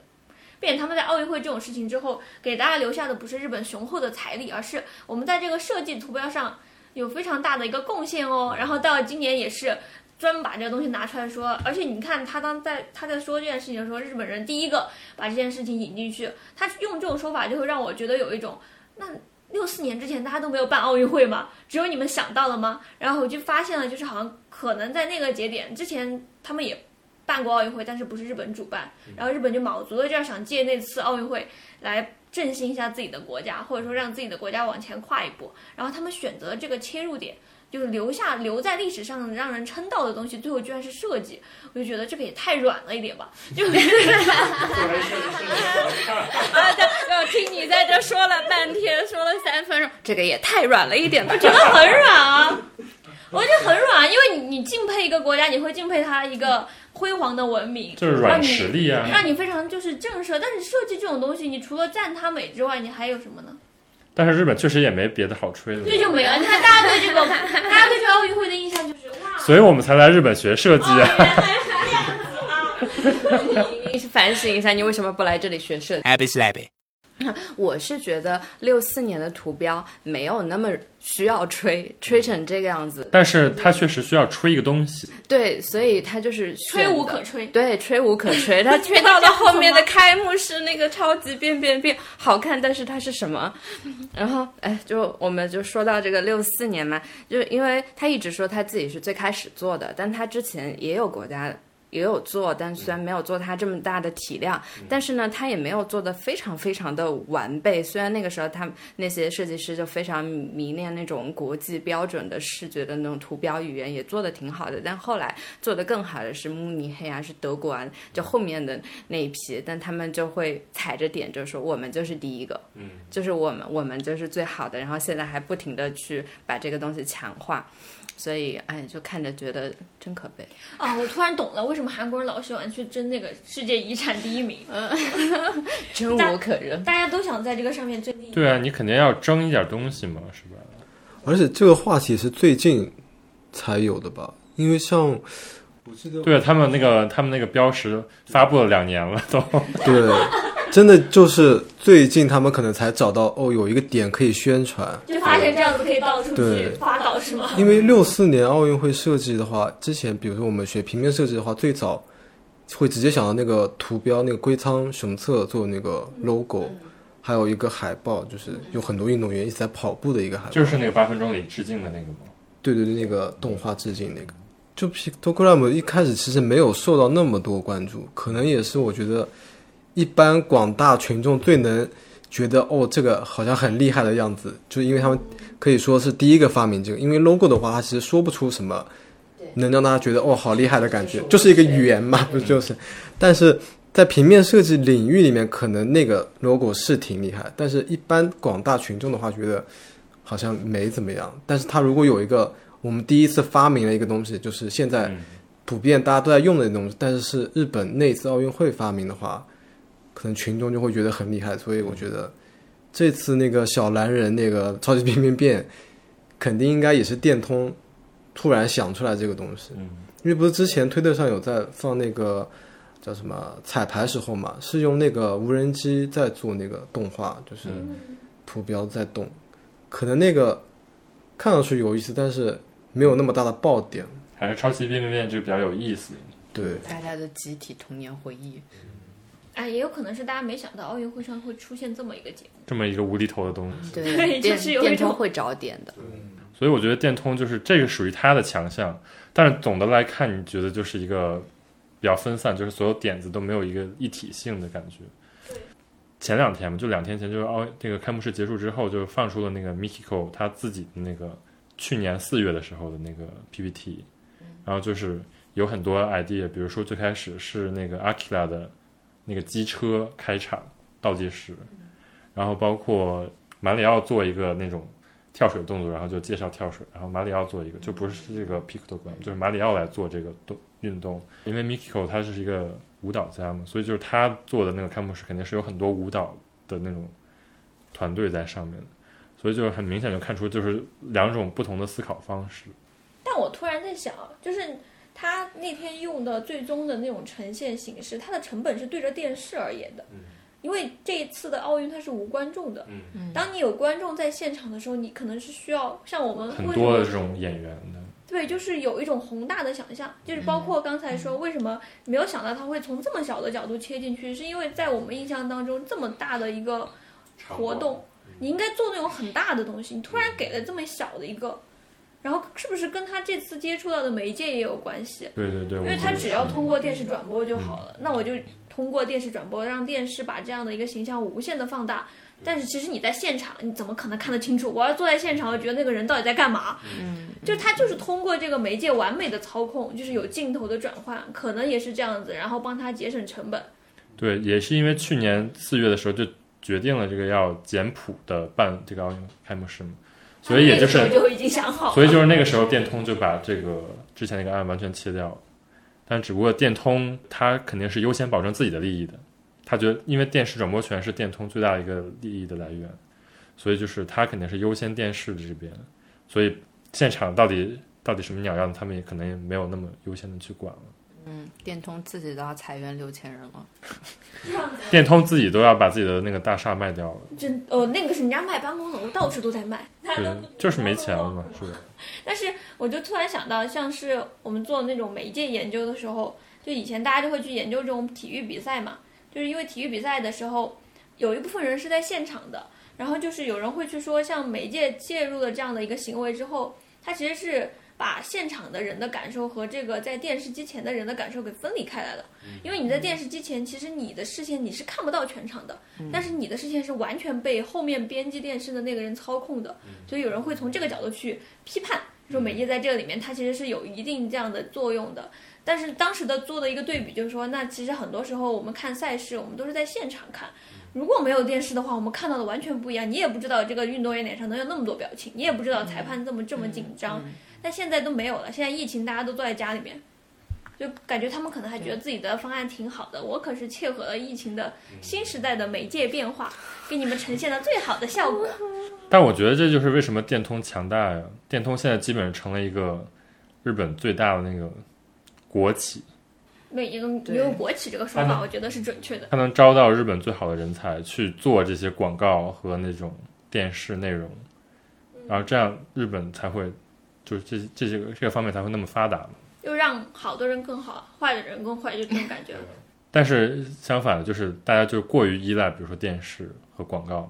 S3: 并且他们在奥运会这种事情之后，给大家留下的不是日本雄厚的财力，而是我们在这个设计图标上有非常大的一个贡献哦。然后到今年也是专门把这个东西拿出来说，而且你看他当在他在说这件事情的时候，日本人第一个把这件事情引进去，他用这种说法就会让我觉得有一种那。六四年之前，大家都没有办奥运会吗？只有你们想到了吗？然后我就发现了，就是好像可能在那个节点之前，他们也办过奥运会，但是不是日本主办。然后日本就卯足了劲儿想借那次奥运会来振兴一下自己的国家，或者说让自己的国家往前跨一步。然后他们选择了这个切入点，就是留下留在历史上让人称道的东西，最后居然是设计，我就觉得这个也太软了一点吧。就 <laughs>
S4: 啊，对，我听你在这说了半天，说了三分钟，这个也太软了一点吧。
S3: 觉得很软啊，我觉得很软，因为你你敬佩一个国家，你会敬佩它一个辉煌的文明，
S2: 就是软实力啊。
S3: 让你让你非常就是震慑。但是设计这种东西，你除了赞它美之外，你还有什么呢？
S2: 但是日本确实也没别的好吹的，
S3: 这就没了。你看大家对这个，大家对这个奥运会的印象就是哇，
S2: 所以我们才来日本学设计啊。
S4: <laughs> 你反省一下，你为什么不来这里学设计？
S5: Abby Slabby.
S4: 我是觉得六四年的图标没有那么需要吹，吹成这个样子。
S2: 但是它确实需要吹一个东西，
S4: 对，所以他就是选
S3: 吹无
S4: 的
S3: 可吹
S4: 对，吹无可吹。他吹到了后面的开幕式那个超级变变变，好看，但是它是什么？然后哎，就我们就说到这个六四年嘛，就是因为他一直说他自己是最开始做的，但他之前也有国家。也有做，但虽然没有做它这么大的体量，但是呢，他也没有做的非常非常的完备。虽然那个时候他那些设计师就非常迷恋那种国际标准的视觉的那种图标语言，也做的挺好的，但后来做的更好的是慕尼黑啊，是德国啊，就后面的那一批，但他们就会踩着点，就说我们就是第一个，嗯，就是我们我们就是最好的，然后现在还不停的去把这个东西强化。所以，哎，就看着觉得真可悲。
S3: <laughs> 啊！我突然懂了，为什么韩国人老喜欢去争那个世界遗产第一名，
S4: 真无可忍。
S3: 大家都想在这个上面争第一。
S2: 对啊，你肯定要争一点东西嘛，是吧？
S1: 而且这个话题是最近才有的吧？因为像我记得
S2: 对啊，他们那个他们那个标识发布了两年了都，
S1: 对，真的就是最近他们可能才找到哦，有一个点可以宣传。
S3: 就发现这样子可以到处去
S1: 对
S3: 发导是吗？
S1: 因为六四年奥运会设计的话，之前比如说我们学平面设计的话，最早会直接想到那个图标，那个龟仓雄策做那个 logo，还有一个海报，就是有很多运动员一直在跑步的一个海报。
S2: 就是那个八分钟里致敬的那个嘛。
S1: 对对对，那个动画致敬那个，就 Pictogram 一开始其实没有受到那么多关注，可能也是我觉得一般广大群众最能觉得哦，这个好像很厉害的样子，就因为他们可以说是第一个发明这个，因为 logo 的话，它其实说不出什么能让大家觉得哦好厉害的感觉，就是一个圆嘛，不就是？但是在平面设计领域里面，可能那个 logo 是挺厉害，但是一般广大群众的话，觉得好像没怎么样。但是它如果有一个我们第一次发明了一个东西，就是现在普遍大家都在用的那种东西，但是是日本那次奥运会发明的话，可能群众就会觉得很厉害。所以我觉得这次那个小蓝人那个超级变变变，肯定应该也是电通突然想出来这个东西。
S2: 嗯，
S1: 因为不是之前推特上有在放那个叫什么彩排时候嘛，是用那个无人机在做那个动画，就是图标在动，可能那个看上去有意思，但是没有那么大的爆点。
S2: 还是超级变变变这个比较有意思。
S1: 对，
S4: 大家的集体童年回 <laughs> 忆，
S3: 哎，也有可能是大家没想到奥运会上会出现这么一个节目。
S2: 这么一个无厘头的东西，
S4: 对，
S3: 对
S4: 电
S3: 就是有一
S4: 电通
S3: 种
S4: 会找点的，
S2: 所以我觉得电通就是这个属于它的强项，但是总的来看，你觉得就是一个比较分散，就是所有点子都没有一个一体性的感觉。前两天嘛，就两天前，就是奥这个开幕式结束之后，就放出了那个 Mikiko 他自己的那个去年四月的时候的那个 PPT，然后就是有很多 idea，比如说最开始是那个 Akira 的那个机车开场倒计时，然后包括马里奥做一个那种跳水动作，然后就介绍跳水，然后马里奥做一个，就不是这个 Pictogram，就是马里奥来做这个动运动，因为 Mikiko 他是一个舞蹈家嘛，所以就是他做的那个开幕式肯定是有很多舞蹈的那种团队在上面的，所以就是很明显就看出就是两种不同的思考方式。
S3: 但我突然在想，就是他那天用的最终的那种呈现形式，它的成本是对着电视而言的，
S2: 嗯
S3: 因为这一次的奥运它是无观众的。当你有观众在现场的时候，你可能是需要像我们
S2: 很
S3: 为什
S2: 多
S3: 么
S2: 的这种演员的，
S3: 对，就是有一种宏大的想象，就是包括刚才说为什么没有想到他会从这么小的角度切进去，是因为在我们印象当中，这么大的一个活动，你应该做那种很大的东西，你突然给了这么小的一个，然后是不是跟他这次接触到的媒介也有关系？啊
S2: 对对对，
S3: 因
S2: 我
S3: 为
S2: 觉
S3: 他
S2: 得
S3: 只要通过电视转播就好了，那我就通过电视转播让电视把这样的一个形象无限的放大。但是其实你在现场，你怎么可能看得清楚？我要坐在现场，我觉得那个人到底在干嘛？
S4: 嗯，
S3: 就他就是通过这个媒介完美的操控，就是有镜头的转换，可能也是这样子，然后帮他节省成本。
S2: 对，也是因为去年四月的时候就决定了这个要简朴的办这个奥运开幕式嘛，所以也就
S3: 他那
S2: 是
S3: 个时候就已经想好
S2: 所
S3: 了，
S2: 以就是那个时候，电通就把这个之前那个案完全切掉了。但只不过电通它肯定是优先保证自己的利益的，他觉得因为电视转播权是电通最大的一个利益的来源，所以就是它肯定是优先电视这边，所以现场到底到底什么鸟样，他们也可能也没有那么优先的去管了。
S4: 嗯，电通自己都要裁员六千人了。
S2: 电通自己都要把自己的那个大厦卖掉了，
S3: 真哦，那个是人家卖办公楼，到处都在卖，大家
S2: 对
S3: 都不，
S2: 就是没钱了嘛，是的，
S3: 但是我就突然想到，像是我们做那种媒介研究的时候，就以前大家就会去研究这种体育比赛嘛，就是因为体育比赛的时候，有一部分人是在现场的，然后就是有人会去说，像媒介介入的这样的一个行为之后，它其实是把现场的人的感受和这个在电视机前的人的感受给分离开来了，因为你在电视机前，其实你的视线你是看不到全场的，但是你的视线是完全被后面编辑电视的那个人操控的，所以有人会从这个角度去批判。说
S2: 嗯
S3: 媒介在这个里面，它其实是有一定这样的作用的。但是当时的做的一个对比就是说，那其实很多时候我们看赛事，我们都是在现场看。
S2: 嗯
S3: 如果没有电视的话，我们看到的完全不一样。你也不知道这个运动员脸上能有那么多表情，你也不知道
S2: 嗯
S3: 裁判这么这么紧张。但现在都没有了，现在疫情大家都坐在家里面，就感觉他们可能还觉得自己的方案挺好的。我可是切合了疫情的
S2: 嗯
S3: 新时代的媒介变化，给你们呈现了最好的
S2: <laughs>
S3: 效果。
S2: 但我觉得这就是为什么电通强大呀。电通现在基本上成了一个日本最大的那个国企，
S3: 没有没有国企这个说
S2: 他
S3: 法，
S2: 们
S3: 我觉得是准确的。
S2: 它能招到日本最好的人才去做这些广告和那种电视内容，然后这样日本才会就是这这些个这个方面才会那么发达嘛。
S3: 就让好的人更好，坏的人更坏，就这种感觉。
S2: 但是相反的，就是大家就过于依赖，比如说电视和广告。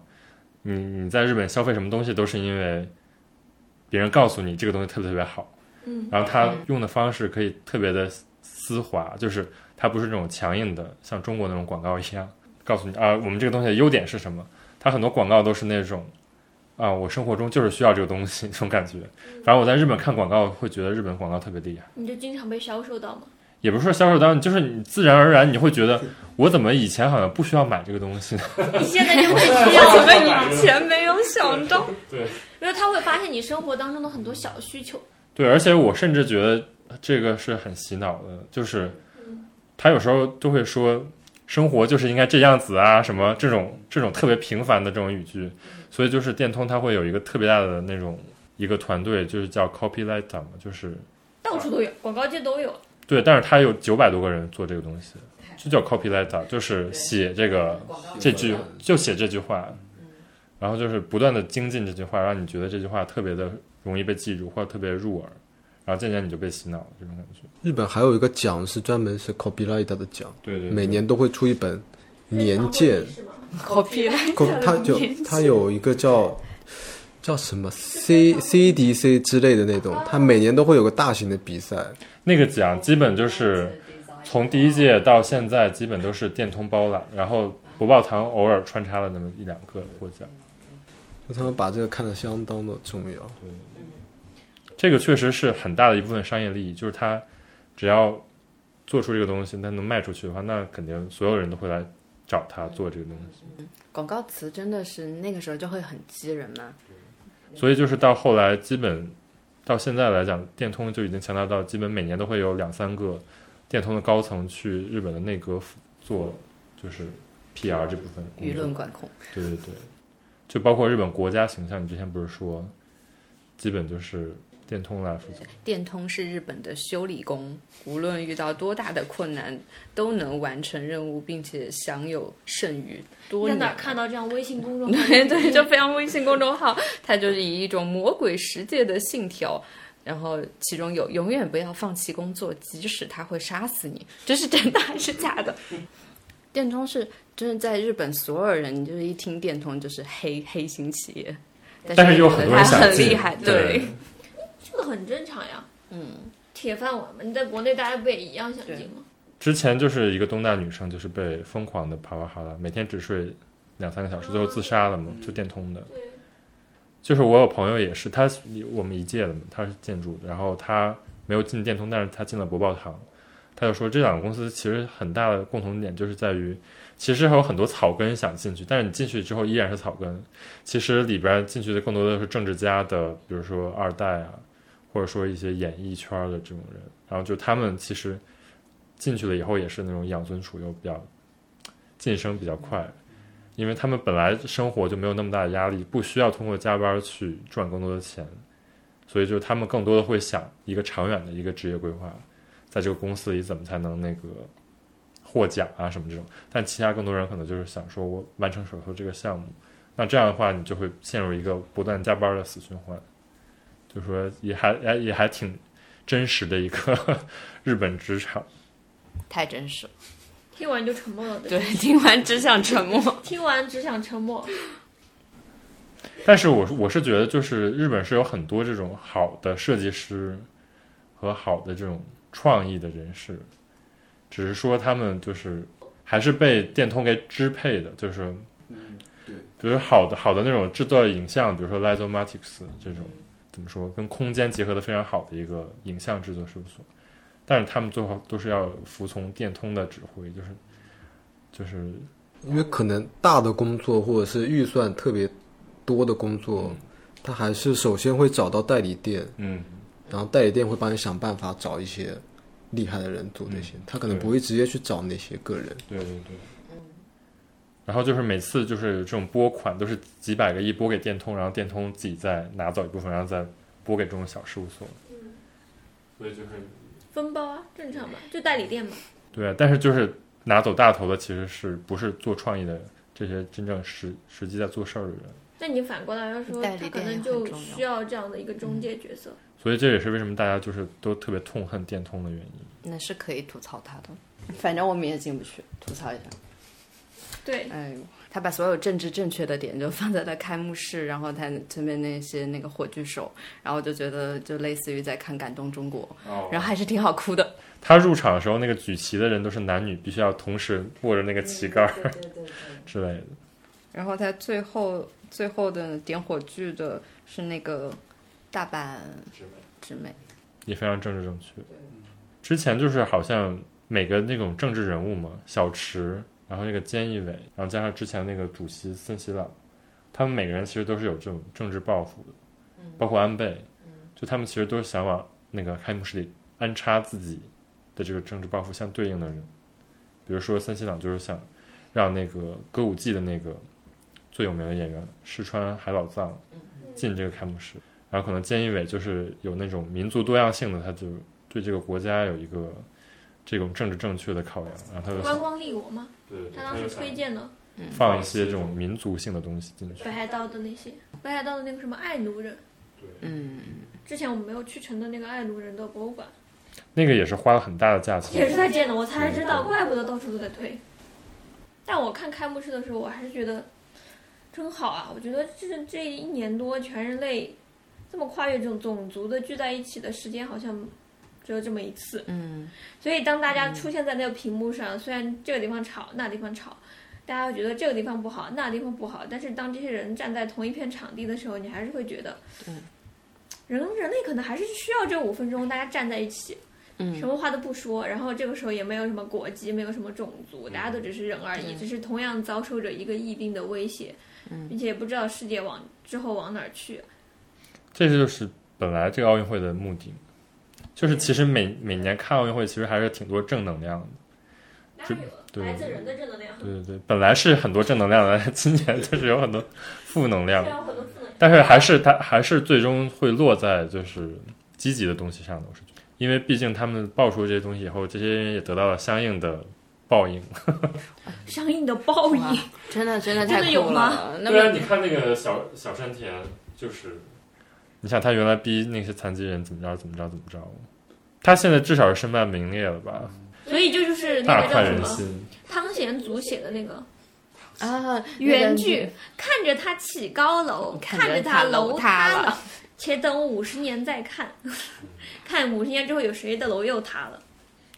S2: 你你在日本消费什么东西，都是因为别人告诉你这个东西特别特别好，
S3: 嗯，
S2: 然后他用的方式可以特别的丝滑，就是它不是那种强硬的，像中国那种广告一样，告诉你啊，我们这个东西的优点是什么。它很多广告都是那种啊，我生活中就是需要这个东西这种感觉。反正我在日本看广告，会觉得日本广告特别厉害。
S3: 你就经常被销售到嘛。
S2: 也不是说销售单，就是你自然而然你会觉得，我怎么以前好像不需要买这个东西呢？ <laughs>
S3: 你现在就会需要
S4: 怎么以前没有想 <laughs> 到？
S3: 因为他会发现你生活当中的很多小需求。
S2: 对，而且我甚至觉得这个是很洗脑的，就是他有时候就会说，生活就是应该这样子啊，什么这种这种特别平凡的这种语句，所以就是电通它会有一个特别大的那种一个团队，就是叫 copywriter 嘛，就是
S3: 到处都有，广告界都有。
S2: 对，但是它有九百多个人做这个东西，就叫 copywriter，就是写这个这句就写这句话，然后就是不断的精进这句话，让你觉得这句话特别的容易被记住或者特别入耳，然后渐渐你就被洗脑了这种感觉。
S1: 日本还有一个奖是专门是 copyright 的奖，
S2: 对对
S1: 每年都会出一本年鉴，<laughs>
S3: 哦
S4: 好皮了，
S1: 它就它有一个叫叫什么 C C D C 之类的那种，它每年都会有个大型的比赛，
S2: 那个奖基本就是从第一届到现在，基本都是电通包揽，然后博报堂偶尔穿插了那么一两个获奖。
S1: 就他们把这个看得相当的重要。
S2: 这个确实是很大的一部分商业利益，就是它只要做出这个东西，它能卖出去的话，那肯定所有人都会来找他做这个东西。
S4: 广告词真的是那个时候就会很激人嘛。
S2: 所以就是到后来，基本到现在来讲，电通就已经强大到基本每年都会有两三个电通的高层去日本的内阁府做，就是 PR 这部分工作
S4: 舆论管控，
S2: 对对对，就包括日本国家形象，你之前不是说，基本就是电通来负责。
S4: 电通是日本的修理工，无论遇到多大的困难，都能完成任务，并且享有剩余。多
S3: 在
S4: 年
S3: 哪儿看到这样微信公众号？
S4: <laughs> 对 <laughs> 对，就非常微信公众号，它就是以一种魔鬼十戒的信条，然后其中有永远不要放弃工作，即使它会杀死你，这是真的还是假的？电通是就是在日本，所有人你就是一听电通就是黑黑心企业，
S2: 但是
S4: 是
S2: 又
S4: 我觉
S2: 很多
S4: 得它
S2: 人想
S4: 很
S2: 进
S4: 厉害，
S2: 对
S3: 这个很正常呀。嗯，铁饭碗嘛，你在国内大家不也一样想进吗？
S2: 之前就是一个东大女生，就是被疯狂的啪啪啪啦，每天只睡两三个小时，最后自杀了嘛，就电通的。就是我有朋友也是，他是我们一届的嘛，他是建筑，然后他没有进电通，但是他进了博报堂。他就说，这两个公司其实很大的共同点就是在于，其实还有很多草根想进去，但是你进去之后依然是草根。其实里边进去的更多的是政治家的，比如说二代啊，或者说一些演艺圈的这种人。然后就他们其实进去了以后也是那种养尊处优，比较晋升比较快，因为他们本来生活就没有那么大的压力，不需要通过加班去赚更多的钱，所以就是他们更多的会想一个长远的一个职业规划。在这个公司里怎么才能那个获奖啊什么这种，但其他更多人可能就是想说我完成手头这个项目，那这样的话你就会陷入一个不断加班的死循环，就说也还也也还挺真实的一个 <laughs> 日本职场，
S4: 太真实了。
S3: 听完就沉默了。对
S4: 对 <laughs>
S3: 吧，，
S4: 听完只想沉默。
S3: 听完只想沉默。
S2: 但是我是我是觉得，就是日本是有很多这种好的设计师和好的这种创意的人士，只是说他们就是还是被电通给支配的，就是
S1: 对，
S2: 比如好的好的那种制作影像，比如说 Lightomatics 这种怎么说跟空间结合的非常好的一个影像制作事务所，但是他们最后都是要服从电通的指挥，就是就是
S1: 因为可能大的工作或者是预算特别多的工作，他还是首先会找到代理店，
S2: 嗯
S1: 然后代理店会帮你想办法找一些厉害的人做这些，他可能
S2: 对
S1: 不会直接去找那些个人。
S2: 对对对。嗯然后就是每次就是这种拨款都是几百个亿拨给电通，然后电通自己再拿走一部分，然后再拨给这种小事务所。所以就是
S3: 分包啊，正常吧，就代理店嘛。
S2: 对，啊但是就是拿走大头的其实是不是做创意的这些真正实实际在做事儿的人？
S3: 那你反过来要说，
S4: 代理
S3: 他可
S4: 店
S3: 能
S4: 也很
S3: 就
S4: 重要
S3: 需要这样的一个中介角色。
S2: 所以这也是为什么大家就是都特别痛恨电通的原因。
S4: 那是可以吐槽他的， <laughs> 反正我们也进不去，吐槽一下。
S3: 对，
S4: 哎呦，他把所有政治正确的点就放在了开幕式，然后他前面那些那个火炬手，然后我就觉得就类似于在看《感动中国》
S2: 哦
S4: 然后还是挺好哭的。
S2: 他入场的时候，那个举旗的人都是男女，必须要同时握着那个旗杆儿之类的。
S4: <laughs> 然后他最后最后的点火炬的是那个大阪直美，
S2: 也非常政治正确。之前就是好像每个那种政治人物嘛，小池，然后那个菅义伟，然后加上之前那个主席森喜朗，他们每个人其实都是有这种政治抱负的，包括安倍，就他们其实都是想往那个开幕式里安插自己的这个政治抱负相对应的人。比如说森喜朗就是想让那个歌舞伎的那个最有名的演员石川海老藏进这个开幕式，然后可能菅义伟就是有那种民族多样性的，他就对这个国家有一个这种政治正确的考量，然后他就
S3: 观
S2: 想
S3: 光立国嘛，
S2: 对
S3: 他当时推荐了
S2: 放一些这种民族性的东西进去
S3: 北。海道的那些，北海道的那个什么爱奴人，
S4: 嗯，
S3: 之前我们没有去成的那个爱奴人的博物馆，
S2: 那个也是花了很大的价钱，
S3: 也是他建的，我才知道，怪不得到处都在推。但我看开幕式的时候，我还是觉得真好啊！我觉得这这一年多，全人类这么跨越这种种族的聚在一起的时间，好像只有这么一次。
S4: 嗯，
S3: 所以当大家出现在那个屏幕上，虽然这个地方吵，那地方吵。大家会觉得这个地方不好，那地方不好，但是当这些人站在同一片场地的时候，你还是会觉得，
S4: 嗯
S3: 人人类可能还是需要这五分钟大家站在一起，什么话都不说，然后这个时候也没有什么国籍，没有什么种族，大家都只是人而已，只是同样遭受着一个疫病的威胁，并且也不知道世界往之后往哪儿去。
S2: 这就是本来这个奥运会的目的，就是其实每每年看奥运会，其实还是挺多正能量的。这对来自
S3: 人的正能量，
S2: 对对对，本来是很多正能量的，今年就是有很多负能量。
S3: 有很多负能
S2: 但是还是它还是最终会落在就是积极的东西上的，我是觉得，因为毕竟他们爆出这些东西以后，这些人也得到了相应的报应。
S3: 相应的报
S4: 哇
S3: 应。
S4: 真的真的
S3: 真
S4: 太
S3: 的
S4: 酷
S3: 有
S4: 了
S3: 吗。
S4: 那
S2: 对啊，
S4: 么
S2: 你看那个小小山田，就是你想他原来逼那些残疾人怎么着怎么着怎么着，他现在至少是身败名裂了吧，
S3: 所以这就是那
S2: 大
S3: 个叫
S2: 快
S3: 什
S2: 人
S3: 么
S2: 心。
S3: 汤显祖写的那个
S4: 啊，
S3: 原剧，看着他起高楼，
S4: 看
S3: 看着
S4: 他
S3: 他楼
S4: 塌
S3: 塌了，，且等五十年再看， <laughs> 看五十年之后有谁的楼又塌了。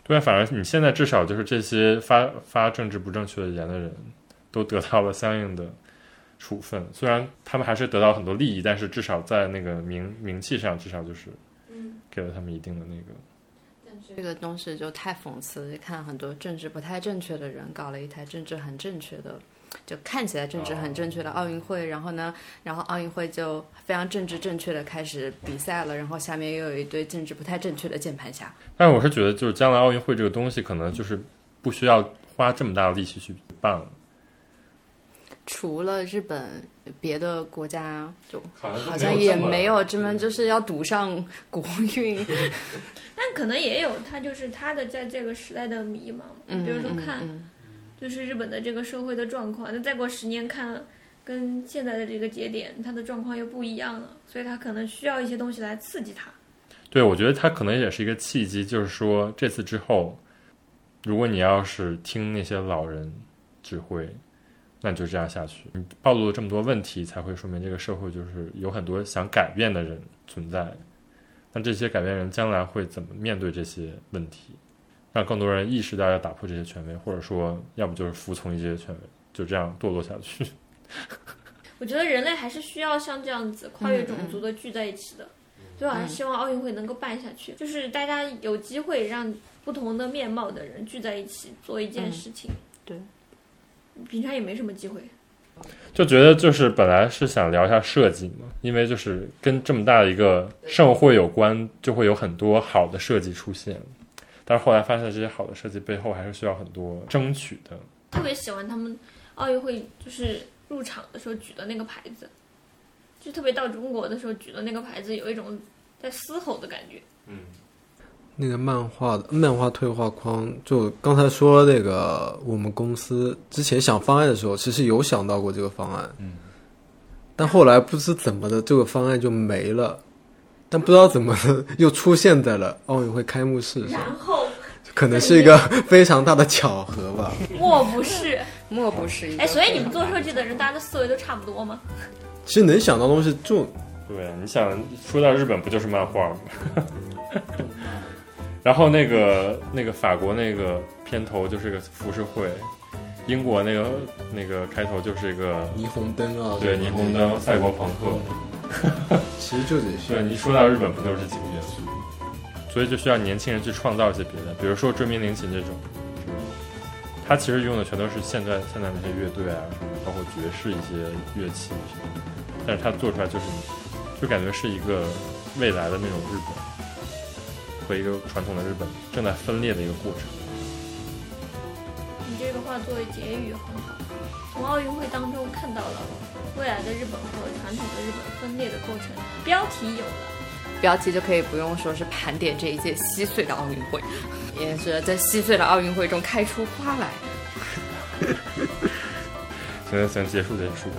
S2: 对啊，反而你现在至少就是这些发发政治不正确的言的人，都得到了相应的处分。虽然他们还是得到很多利益，但是至少在那个名名气上，至少就是
S4: 嗯
S2: 给了他们一定的那个。
S4: 这个东西就太讽刺，看很多政治不太正确的人搞了一台政治很正确的，就看起来政治很正确的奥运会，然后呢，然后奥运会就非常政治正确的开始比赛了，然后下面又有一堆政治不太正确的键盘侠，
S2: 但是我是觉得，就是将来奥运会这个东西，可能就是不需要花这么大的力气去办了。
S4: 除了日本，别的国家就
S2: 好像
S4: 好
S2: 都
S4: 像
S2: 没有
S4: 也
S2: 这么
S4: 没有这么
S2: 嗯
S4: 就是要赌上国
S3: <laughs>
S4: 运。
S3: 嗯但可能也有他就是他的在这个时代的迷茫，
S4: 嗯，
S3: 比如说
S4: 嗯
S3: 看
S4: 嗯
S3: 就是日本的这个社会的状况，那再过十年看，跟现在的这个节点，它的状况又不一样了，所以他可能需要一些东西来刺激他。
S2: 对，我觉得它可能也是一个契机，就是说这次之后，如果你要是听那些老人指挥，那你就这样下去。你暴露了这么多问题，才会说明这个社会就是有很多想改变的人存在。那这些改变人将来会怎么面对这些问题？让更多人意识到要打破这些权威，或者说，要不就是服从一些权威，就这样堕落下去。
S3: 我觉得人类还是需要像这样子跨
S4: 嗯
S3: 越种族的聚在一起的，所以我还是希望奥运会能够办下去，就是大家有机会让不同的面貌的人聚在一起做一件事情。
S4: 嗯对，
S3: 平常也没什么机会。
S2: 就觉得就是本来是想聊一下设计嘛，因为就是跟这么大的一个盛会有关，就会有很多好的设计出现。但是后来发现这些好的设计背后还是需要很多争取的。
S3: 特别喜欢他们奥运会就是入场的时候举的那个牌子，就特别到中国的时候举的那个牌子，有一种在嘶吼的感觉。
S1: 那个漫画的漫画退化框，就刚才说那个，我们公司之前想方案的时候，其实有想到过这个方案，
S2: 嗯，
S1: 但后来不知怎么的，这个方案就没了，但不知道怎么的又出现在了奥运会开幕式上，
S3: 然后
S1: 可能是一个 <laughs> 非常大的巧合吧。
S3: 莫不是，
S4: 莫不是一
S3: <laughs>
S4: 个
S3: 哎，所以你们做设计的人，大家的思维都差不多吗？
S1: 其实能想到的东西就
S2: 对，你想说到日本不就是漫画吗？ <laughs> 然后那个那个法国那个片头就是个浮世绘，英国那个那个开头就是一个
S1: 霓虹灯啊，
S2: 对
S1: 这
S2: 霓
S1: 种
S2: 虹灯赛博朋克。
S1: 其实就这
S2: 对，
S1: 些。
S2: 啊你说到日本不都是几个元素？所以就需要年轻人去创造一些别的，比如说《追名铃琴》这种，是吧它其实用的全都是现在现在那些乐队啊，什么包括爵士一些乐器什么的，但是它做出来就是，就感觉是一个未来的那种日本和一个传统的日本正在分裂的一个过程。
S3: 你这个话作为结语很好，从奥运会当中看到了未来的日本和传统的日本分裂的过程，标题有了，
S4: 标题就可以不用说是盘点这一届稀碎的奥运会， <laughs> 也是在稀碎的奥运会中开出花来。
S2: 行行行，结束结束。